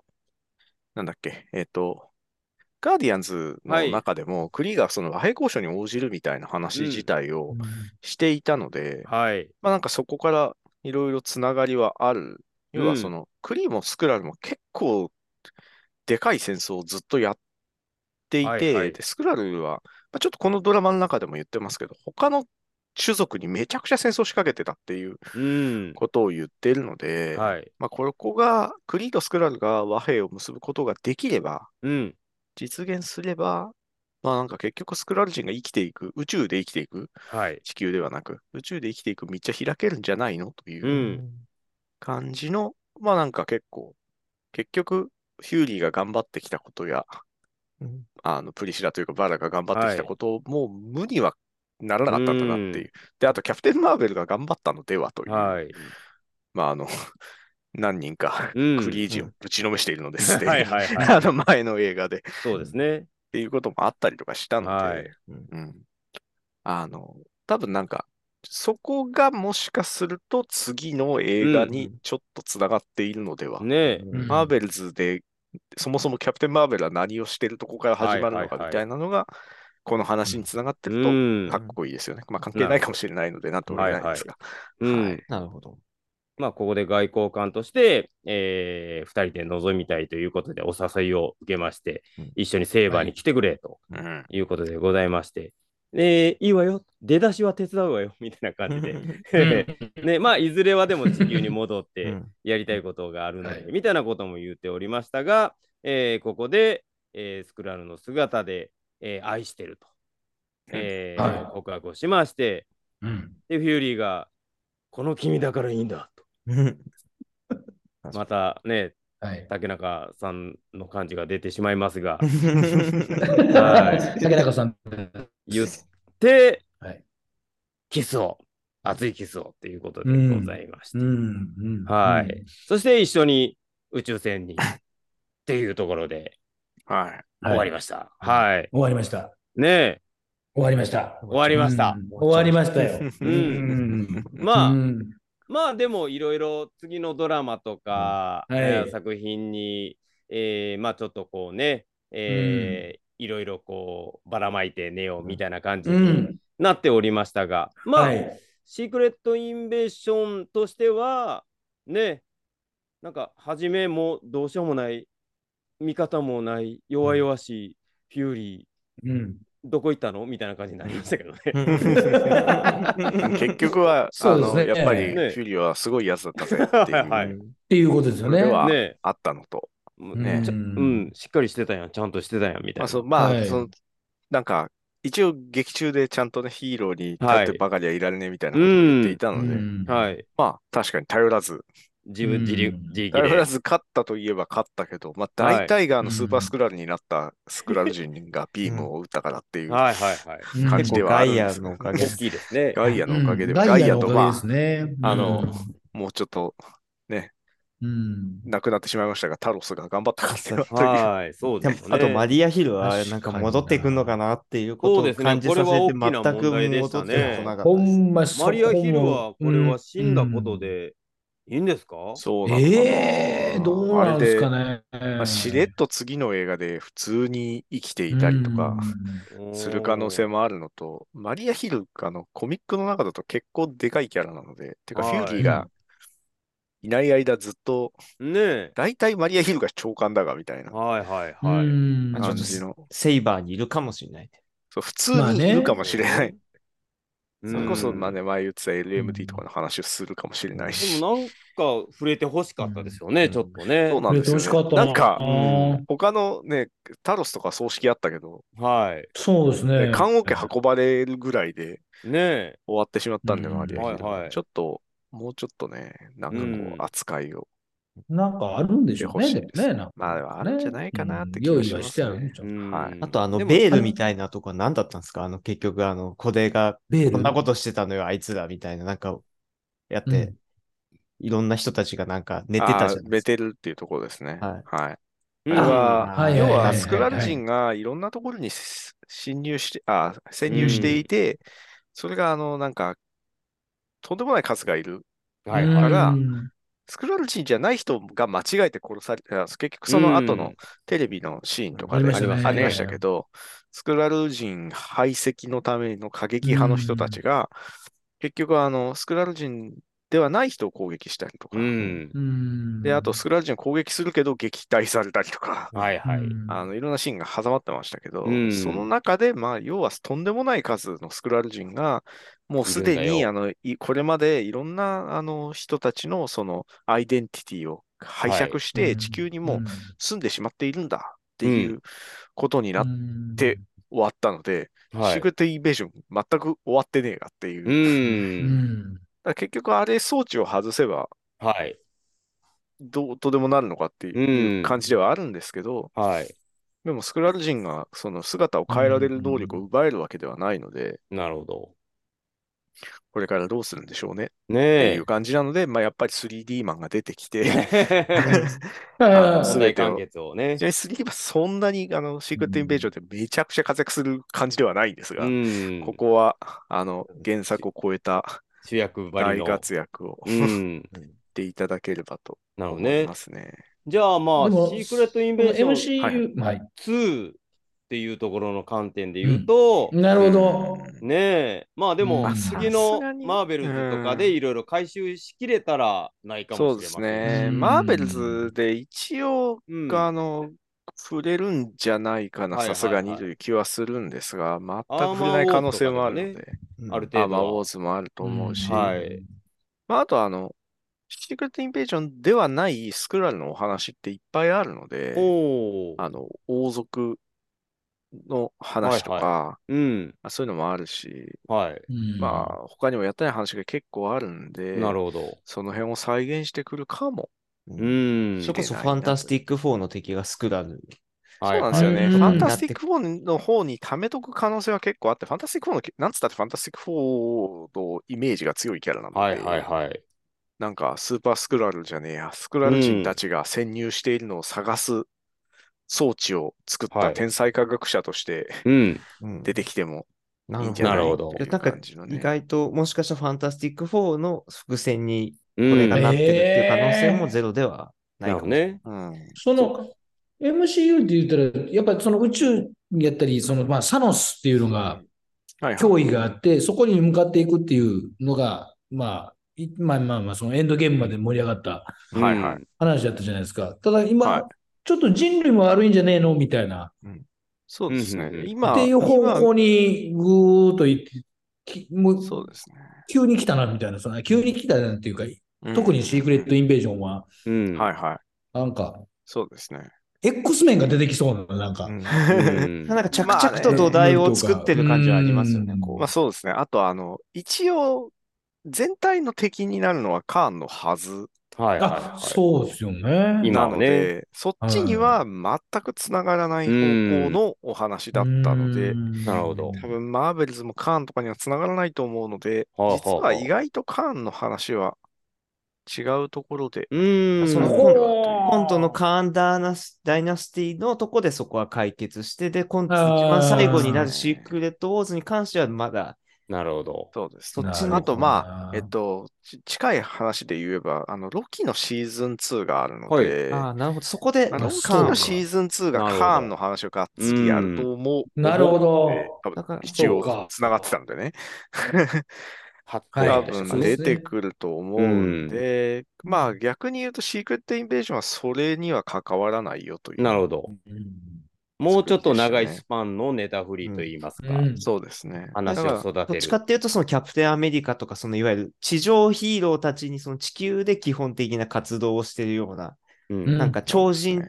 なんだっけ、えっと、ガーディアンズはのい中でも、クリーがその和平交渉に応じるみたいな話自体をしていたので、はい。まあなんかそこからいろいろつながりはある。要うはんその、クリーもスクラルも結構でかい戦争をずっとやっていはいて、はいで、スクラルは、まあ、ちょっとこのドラマの中でも言ってますけど、他の種族にめちゃくちゃ戦争を仕掛けてたっていううん。ことを言ってるので、はい。まあ、ここが、クリーとスクラルが和平を結ぶことができれば、うん。実現すれば、まあなんか結局スクラル人が生きていく、宇宙で生きていく、はい。。地球ではなく、宇宙で生きていく道は開けるんじゃないのというううん感じの、まあなんか結構、結局、ヒューリーが頑張ってきたことや、うんあの、プリシラというかバラが頑張ってきはたいことを、もう無にはならなかったんだなっていうう。んで、あと、キャプテン・マーベルが頑張ったのではという、はい。まああの、 何人か、うんクリージをぶちのめしているのです、 はすでいにはいはい。 あの前の映画でっそうですね。ていうこともあったりとかしたので、はいうん、あの多分なんかそこがもしかすると次の映画にちょっとつながっているのでは、ねえ。マーベルズでそもそもキャプテン・マーベルは何をしてるとこから始まるのはいはいはかいみたいなのがこの話につながってうるとんか。っこいいですよね。まあ関係ないかもしれないのでなんとも言えないですが。うん。なるほど。まあ、ここで外交官として、え2人で臨みたいということで、お誘いを受けましてうん、一緒にセーバーに来てくれと。うんいうことでございまして、えーいいわよ、出だしは手伝うわよ、みたいな感じ で。ね、まあ、いずれは でも地球に戻っうてんやりたいことがあるので、はいみたいなことも言っておりましたが、えーここで、えースクラルの姿で、えー愛してると、えーはい告白をしまして、うんで、フューリーが、この君だからいいんだと。またね、 はい。竹中さんの感じが出てしまいます が、は竹中さん。言って、はいキスを、熱いキスをということでうんございました。うんうんはういん。そして一緒に宇宙船にっていうところではい。はい終わりました。はい。終わりました。ねえ、終わりました。終わりましたう。ん終わりましたよ。うん うんまあ、うんまあでもいろいろ次のドラマとか、うんはいえー作品に、えーまあちょっとこうね、えーいろいろこうばらまいてねようみたいな感じうにん。なっておりましたが、まあ、はい。シークレットインベーションとしては、ね、なんか、初めもどうしようもない、味方もない、弱々しい、フューリうんー、どこ行ったのみたいな感じになりましたけどね。 結局は、あそうですの、ねやっぱり、フねュリオはすごいやつだったぜっていう、はいっていうことですよね。それはねあったのと。ねねちょうん、しっかりしてたやん、ちゃんとしてたやん、みたいまな。あ、そのまあ、はいその、なんか、一応劇中でちゃんとね、ヒーローに立はいってばかりはいられねえみたいなことを言っていたので、うんはい。まあ、確かに頼らず、自分自力うん自力頼でら。ず勝ったといえば勝ったけど、まあ、はい大体があのうんスーパースクラルになったスクラル人がビームを打ったからっていうはいはいはい。感じではあるんですけどうん結構ガイアのおかげ大きいです ね。ガイアのおかげで、うんガイアとおかげまですね。あのあ、もうちょっとうん、なくなってしまいましたが、タロスが頑張ったからっていうはい、そうででもすね。あとマリアヒルは確かなにんか戻ってくんのかなっていうことを感じさせてそうですねこれは大全くきな問題でしたね戻ってこなかったほんまマリアヒルはこれは死んだこと、で、いいんですかそうなんだなええどうなんですかね。まあ、しれっと次の映画で普通に生きていたりとかする可能性も。もあるのと、マリア・ヒルカのコミックの中だと結構でかいキャラなので、てかはフいューリーがいない間ずっと、ねえ。大体マリア・ヒルカ長官だがみたいなはいはいうん。はい。うんあ感じの、セイバーにいるかもしれないね。そう普通にいるかもしれない。うんそれこそ、まあでね、前言ってた LMD とかの話をするかもしれないし、もなんか触れて欲しかったですよね、うんちょっとね。そうな触んれでてすよほねしかったなんかうん他のね、タロスとか葬式あったけど、はい。そうですね。棺桶運ばれるぐらいでねえ。終わってしまったんで、うんマリア・ヒルカはいはいちょっと、もうちょっとね、なんかこうんう、扱いを。なんかあるんでしょうね。で欲しいでもすね。なんかまあでもあるんじゃないかなっうてん気が用し意ますねはしてあるんじゃん。うんはいあとあの、でもベールみたいなとこは何だったんですかあの、結局、あの、小出が、ベーこんなル。ことしてたのよ、あいつら、みたいな、なんか、やっうてん、いろんな人たちがなんか寝てたじゃないあーで寝すか。てるっていうところですね。ははい。うん要はあーはい要はいは、いいスクラル人がいろんなところにし侵入して、あ、潜入していて、それが、あの、なんか、とんでもない数がいる。はいうんはい。からスクラル人じゃない人が間違えて殺された、結局その後うのんテレビのシーンとかあでりましたねありましたけど、スクラル人排斥のための過激派の人たちが、結局、あの、スクラル人ではない人を攻撃したりとかう、ん。うんで、あと、スクラル人を攻撃するけど撃退されたりとか、はいはい。あのいろんなシーンが挟まってましたけど、うんその中で、まあ、要はとんでもない数のスクラル人が、もうすでいるんだによあのいこれまでいろんなあの人たちのそのアイデンティティを拝借しうて、ん地球にもう住んでしまっているんだってういうことになってて終わったので、はシいグ。テイベージョン、全く終わってねえがっていうう。ん。だから結局、あれ装置を外せば、はい。どうとでもなるのかっていううん感じではあるんですけど、はい。でも、スクラル人がその姿を変えられる能力を奪えるわけではないので、なるほど。これからどうするんでしょうねっねてい えう。感じなので、まあ、やっぱり 3D マンが出てきて、あ問題完結をね ちなみ。に 3D マンそんなにあのシークレット・インベージョンでめちゃくちゃ活躍する感じではないんですが、うん。ここはあの原作を超えた主役ばり大の。活躍をうん。していただければとなるほど思いねま。すね。じゃあまあ、でシもークレット・インベーション MCU、はい。 2っていうところの観点で言うと、なるほど。ねえ、まあでもうん次さすのがにマーベルズとかでうんいろいろ回収しきれたらないかそもうしれまですせんね。ね。うんマーベルズで一応、うんあの、触れるんじゃないかな、はいはいはさいすがにという気はするんですが、全くアーマー触れない可能性もあるのウォーズとで、うんあるアー程度マーウォーは。ズもあると思うし、んはいまあ、あとあの、シークレット・インベージョンではないスクラルのお話っていっぱいあるのおで、おー。あの、王族の話とか、はいうん。そういうのもあるし、はい。まあ、他にもやってない話が結構あるんで、なるほど。その辺を再現してくるかも。うん。それこそ出ないファンタスティック4の敵がスクラル。そはういなんですよね。うんファンタスティック4の方に貯めとく可能性は結構あって、ファンタスティック4の、なんつったってファンタスティック4のイメージが強いキャラなので、はいはいはい。なんかスーパースクラルじゃねえや、スクラル人たちが潜入しているのを探す装置を作っはたい天才科学者としてうん。うん出てきてもないいるほんじど。ゃないなるほどっていうなんか感じの意ね。外と、もしかしたらファンタスティック4の伏線にここれがななっるてるっていう可能性うもんゼロではないほかどもしれない。ね。うんその MCU って言ったら、やっぱりその宇宙やったり、そのまあサノスっていうのがはいはい脅威があって、そこに向かっていくっていうのが、まあ、いまあまあまあ、そのエンドゲームまで盛り上がったはいはいうん。話だったじゃないですか。ただ今、はいちょっと人類も悪いんじゃねえのみたいな、そうですねうんうんう。ん今、っていう方向にぐーっといって、きもう今そうですね。急に来たなみたいな、その急に来たなんていうか、特にシークレットインベージョンは、うん。はいはい。なんか、そうですね。 X 面が出てきそうな、なんか。うんうんなんか着まあ々ねと土台を作ってる感じはありますよねう。んこうまあそうですね。あと、あの、一応、全体の敵になるのはカーンのはずはいはいあは、い。そうですよね。今なはのねで、そっちには全くつながらない方向のお話だったので、うんなるほど多分マーベルズもカーンとかにはつながらないと思うので、はあはあ実は意外とカーンの話は違うところで、うん。その本今度のカーンダーナスダイナスティのとこでそこは解決して、で、今度あー一番最後になるシークレットウォーズに関してはまだなるほど。そうです。なそるほどっちの、あと、まなあ、えっと、ち近い話で言えば、あの、ロキのシーズン2があるのはいで、ああ、なるほど。そこで、あのロそキうなんだのシーズン2がなるほどカーンの話をがっつりやると思う。なるほどえー多だ分から一そうか応、つながってたんでね。はは多い分出てくると思うんで、まあ逆に言うと、シークレットインベーションはそれには関わらないよという。なるほど。もうちょっと長いスパンのネタフリーといいますか、うんそうですね。話を育どってちかる。っていうと、そのキャプテンアメリカとか、そのいわゆる地上ヒーローたちに、その地球で基本的な活動をしているような、うんなんか超人ね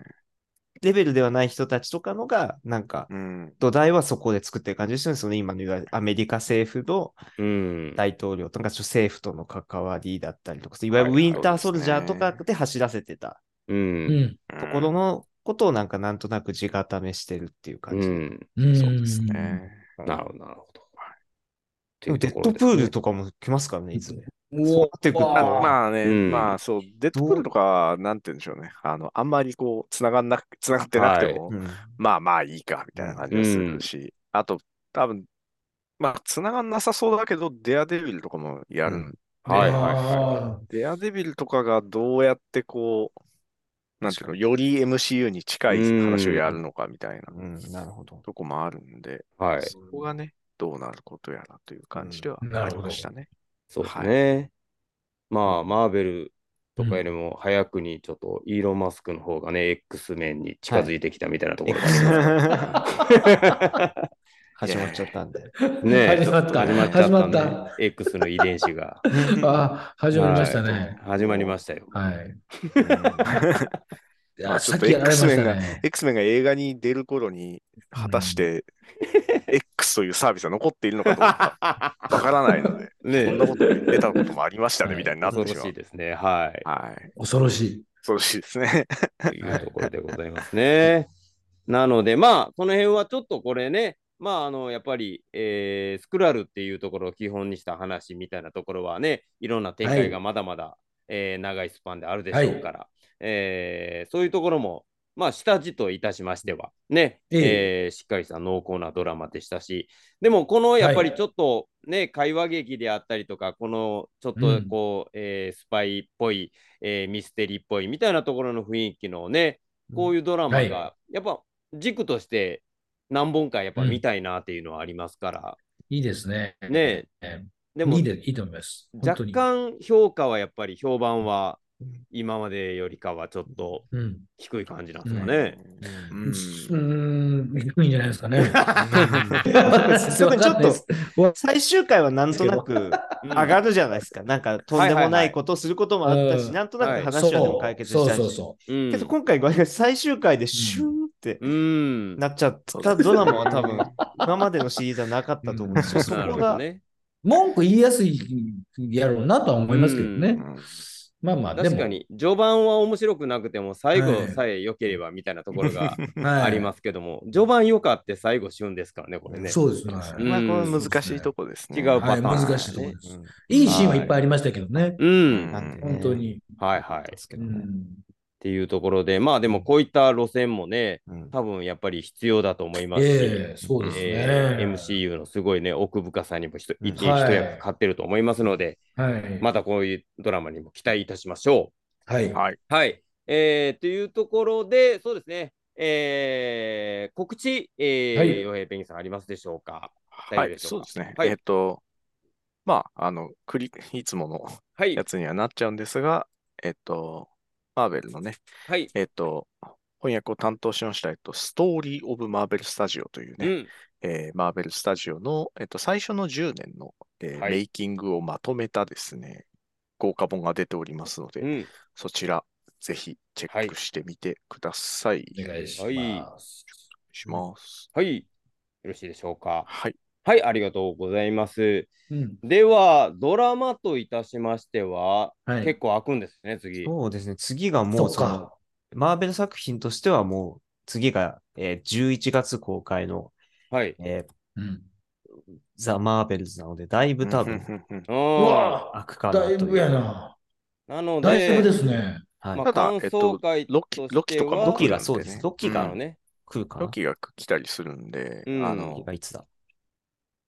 レベルではない人たちとかのが、なんかうん。土台はそこで作ってる感じですよね。その今のいわゆるアメリカ政府のうん大統領とか、ちょっと政府との関わりだったりとか、いわゆるウはいはいィンターソルジャーとかで走らせてたう。うんん。ところのことをなんかなんとなく地固めしてるっていうう感じ。ん。うん。そうですね。なるほど、なるほど。でもデッドプールとかも来ますからね、いつうも。ん。そうなってくるとうあわまあね、うんまあそう、デッドプールとか、なんて言うんでしょうね。あの、あんまりこう、つながんなく、つながってなくても、うんまあまあいいか、みたいな感じがするし、あと、多分、まあ、つながんなさそうだけど、デアデビルとかもやる。うんはいはいはデアデビルとかがどうやってこう、なんていうの、より MCU に近い話をやるのか、みたいなうん、なるほど。とこもあるんで、はい。そこがね、どうなることやらという感じではうんなあるりほどましたね。そうですね。まあ、マーベルとかよりも早くにちょっとイーロン・マスクの方がね、X 面に近づいてきたみたいなところがあります始まっちゃったんで。ねえ 始まった始まっちゃったんで始まっ X の遺伝子がい。 あ、始まりましたね。始まりましたよ。はい。いまやあちさょっっときやられました X-Men がね。 X メンが映画に出る頃に、果たして、X というサービスは残っているのかどうかわからないので、 ね こんなこと出たこともありましたはね、いみたいになっ恐てろしま。しいうですね。はい。はい。恐ろしい。恐ろしいですね。というところでございますね。なので、まあ、この辺はちょっとこれね、まあ、あの、やっぱり、えースクラルっていうところを基本にした話みたいなところはね、いろんな展開がまだまだ、えー長いスパンであるでしょうから、えーそういうところも、まあ、下地といたしましては、ね、えええーしっかりした濃厚なドラマでしたし、でも、このやっぱりちょっとね、会話劇であったりとか、このちょっとこう、えースパイっぽい、えーミステリーっぽいみたいなところの雰囲気のね、こういうドラマはが、やっぱ軸として何本かやっぱ見たいなっていうのはありますから、いいですね。ねえ。でもいいでいいと思います。本当若に。干評価はやっぱり評判は今までよりかはちょっとうん。低い感じなんですかね。うんうーん、低いんじゃないですかね。 すごいちょっとわ最終回はなんとなくうん上がるじゃないですか。なんかとんでもないことをすることもあったうし、んなんとなくそう話はでも解決したそうそうし。そうんけど今回、最終回でシューンってうん。なっちゃったドラマは多分、今までのシリーズはなかったと思うんですよ。そなるこほどが、ね。う。文句言いやすいやろうなとは思いますけどうね。まあまあ、でも確かに序盤は面白くなくても最後はいさえ良ければみたいなところがはいありますけども、序盤良かって最後旬ですからね、これね。そうですね。これは難しいとこですね。違うパタはーい、ン、難しいところねです。いいシーンはいっぱいありましたけどね。うん。なんてね本当。に。はいはい。ですけうどねんっていうところで、まあでもこういった路線もね、うん多分やっぱり必要だと思いますし、ええ、そうですね。えー MCU のすごいね、奥深さにもひと一一はい役買ってると思いますので、はい。またこういうドラマにも期待いたしましょはい。はい。う。はい。えーというところで、そうですね、えー告知、えーはい洋平ペンギンさんありますでしょうかは大丈夫でい、しょうかそうですね。はいえっと、まあ、あの、クリいつものはいや。つにはなっちゃうんですが、えっと、マーベルのね、はい。えっと、翻訳を担当しました、えっと、ストーリー・オブ・マーベル・スタジオといううね、ん。えーマーベル・スタジオの、えっと、最初の10年の、えーはいメイキングをまとめたですね、豪華本が出ておりますので、うん。そちら、ぜひチェックしてみてください。お願いします。します。はい。よろしいでしょうか。はい。はい、ありがとうございます。うん。では、ドラマといたしましては、はい。結構開くんですね、次。そうですね。次がもそううそのか。マーベル作品としてはもう次が、えー、11月公開の、はい。えーうん。ザ・マーベルズなので、だいぶ多分うんうんうんううんわ開くかなとだい。いうぶやな。なのだいぶでで、すね。はいまあ、ただ感想会とロキロキしてとかは、もロ来キるんがそうですねロキながのね。来るかなロキが来たりするんで、うんあロのキ、がいつだ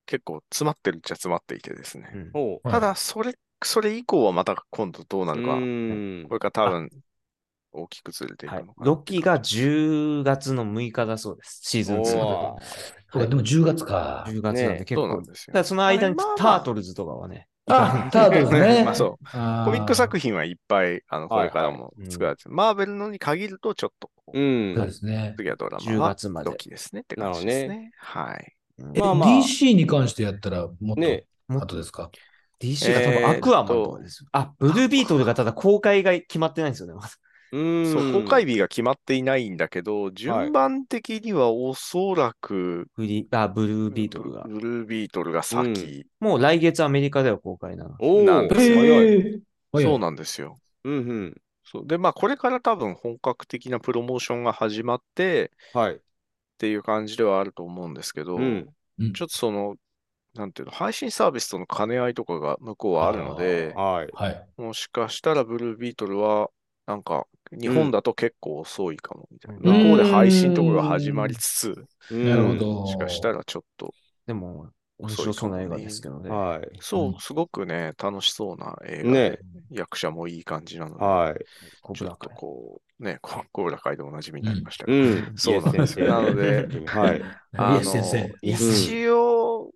結構詰まってるっちゃ詰まっていてですね。うんほう。はいただ、それ、それ以降はまた今度どうなうるか、ーんこれから多分大きくずれていくはいの、かな。ロキが10月の6日だそうです。シーズン2おのそうかでも10月か。 10月なんねで結そう構。なんですたよだ。その間にまタあまあートルズとかはね。 あ、タートルズね。まあそう。あーコミック作品はいっぱい、あの、こはいはれいからも作られて、マーベルのに限るとちょっとこう、うんそう。ですね。次はドラマ10は月までロキですねって感じですね。はい。えまあまあ DC に関してやったら、もっねと後ですか。 DC が多分アクアマンとかですよ。あ、ブルービートルがただ公開が決まってないんですよね。まだうーん。そう公開日が決まっていないんだけど、順番的にはおそらく、ブリあブルーブビートルが。ブルービートルが先。もう来月アメリカでは公開なの。おお。なんです早いへーはいそうなんですよ。うんうん。そうで、まあ、これから多分本格的なプロモーションが始まってはい。っていう感じではあると思うんですけど、うん。ちょっとその、なんていうの、配信サービスとの兼ね合いとかが向こうはあるので、はい。はい。もしかしたらブルービートルは、なんか、日本だと結構遅いかもみたいな。うん向こうで配信とかが始まりつつ、うんなるほ。ど。もしかしたらちょっと、でも、面白そうな映画ですけどね。はい。そうう、んすごくね、楽しそうな映画ねで、役者もいい感じなので、はい。コちブょラっと会こう、ね、ココーラ会でおなじみになりましたけうど、ん。そうなんですイエよス先生はい。イあのエス先生。一応、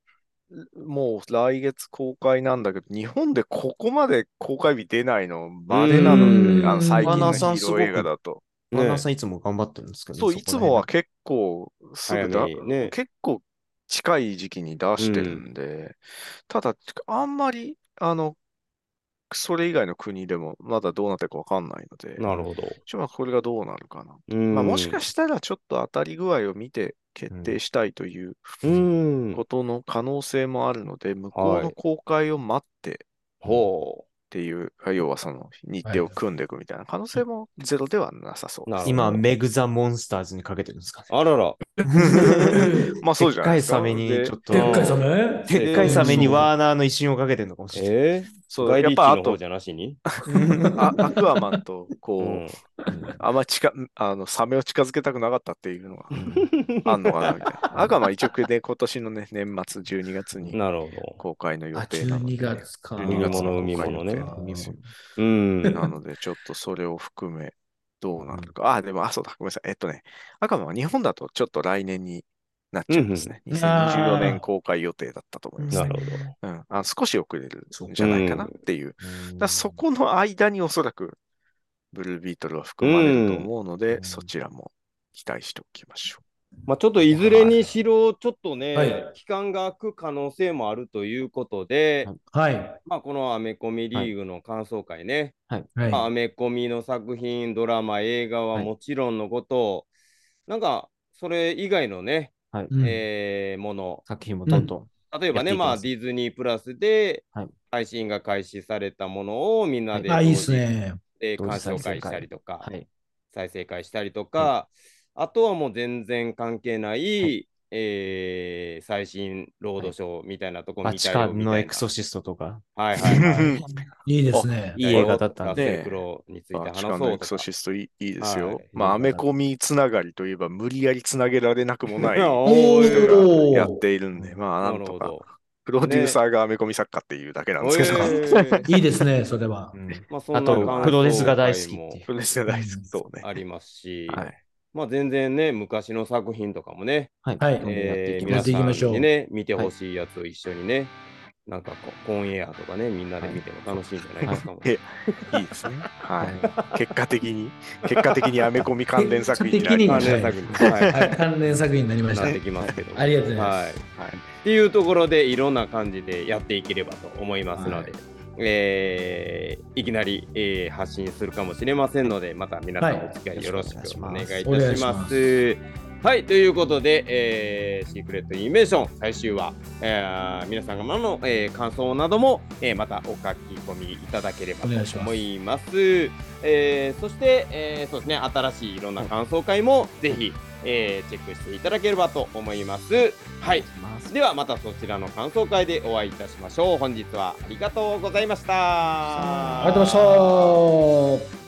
もう来月公開なんだけど、日本でここまで公開日出ないの、まれなのうで、んあの最近マナのーヒさんすーごロくー映画だと。マナーさんいつも頑張ってるんですけどね、そう、こいらつ辺もは結構すぐだ、早めにね結構近い時期に出してるんで、ただ、あんまり、あの、それ以外の国でもまだどうなってるかわかんないので、なるほど。一応まあこれがどうなるかな。うんまあ、もしかしたらちょっと当たり具合を見て決定したいといううん。ことの可能性もあるので、向こうはのい公開を待ってっほていう、要はその日程を組んでいくみたいな可能性もゼロではなさそうう。でなるすほ。ど今、メグ・ザ・モンスターズにかけてるんです かね。あらら。まあそうじゃないですでっかいサか。メにちょっと。でっかいサメ。メでっかいサメにワーナーの威信をかけてるのかもしれない。えそー、う外やっ力ぱあの方とじゃなしにあアクアマンとこうう、ん。あんまり近あのサメを近づけたくなかったっていうのがあんのかなみたいな。アクアマン一応で今年のね年末12月になるほど。公開の予あ、定なので、 12月か。 12月の海物公海開予定物なんですようん。なので、ちょっとそれを含め、どうなるか。あ、でも、あ、そうだ、ごめんなさい。えっとね、赤間は日本だとちょっと来年になっちゃいますね。うんうん2024あ年ー公開予定だったと思いますなるね。ほど。うん、あ少し遅れるんじゃないかなっていう。だからそこの間におそらく、ブルービートルは含まれると思うので、うんそちらも期待しておきましょ。まあ、ちょっといずれにしろ、ちょっとね、はい期間が空く可能性もあるということで、はいはい。まあ、このアメコミリーグの感想会ね、はいまあアメコミの作品、ドラマ、映画ははいもちろんのこと、なんかそれ以外のね、うんえーもの、作品もどんどん。例えばね、やっていきままあ、すディズニープラスではい配信が開始されたものをみんなであ、いい同で時すね。で同時鑑再賞生会会したりとか、はい。再生会したりとか、あとはもう全然関係ない、えー最新ロードショーみたいなとこバ見チたカよみたいな。ンのエクソシストとか。はいはい はい。いいですね。いい映画だったんラで。ッセルクロウについうてあ話力そのエうクとソか。シストいいいいですよ。はいまあ、アメコミつながりといえば、無理やりつなげられなくも ないおー人がやっているんで、まあ、ななんるとほかど。プロデューサーがアメコミ作家っていうだけなんですけど、えーいいですね、それ は。うんまあ、そあんな感想と、プロレスが大好きっていうプ。ロデューサー大好きそうね。ありますし、はい。まあ、全然ね、昔の作品とかもね、はい。はいどんどんやってえいー、皆やきまってさいきましょんうにね、見てほしいやつを一緒にね、なんかこう、コンエアとかね、みんなで見ても楽しいんじゃないですか。いいいですね。はい。結果的に、結果的にアメコミ関連作品になり関まし連作品、ははい、関連作品になりまい、しなたっ。てきますけど。ありがとうございます。はい。た。はい。っていうところでいろんな感じでやっていければと思いますので、はいえーいきなり、えー発信するかもしれませんのでまた皆さんはいお付き合いよろしくお願いいたしお願いしま。ますはいということで、えーシークレットインメーション最終話、えー皆さん様の、えー感想なども、えーまたお書き込みいただければとお願いします思います。えーそして、えーそうですね新しいいろんな感想会もぜひ、えーチェックしていただければと思います。はいす。ではまたそちらの感想会でお会いいたしましょう本日はありがとうございましたありがとうございました。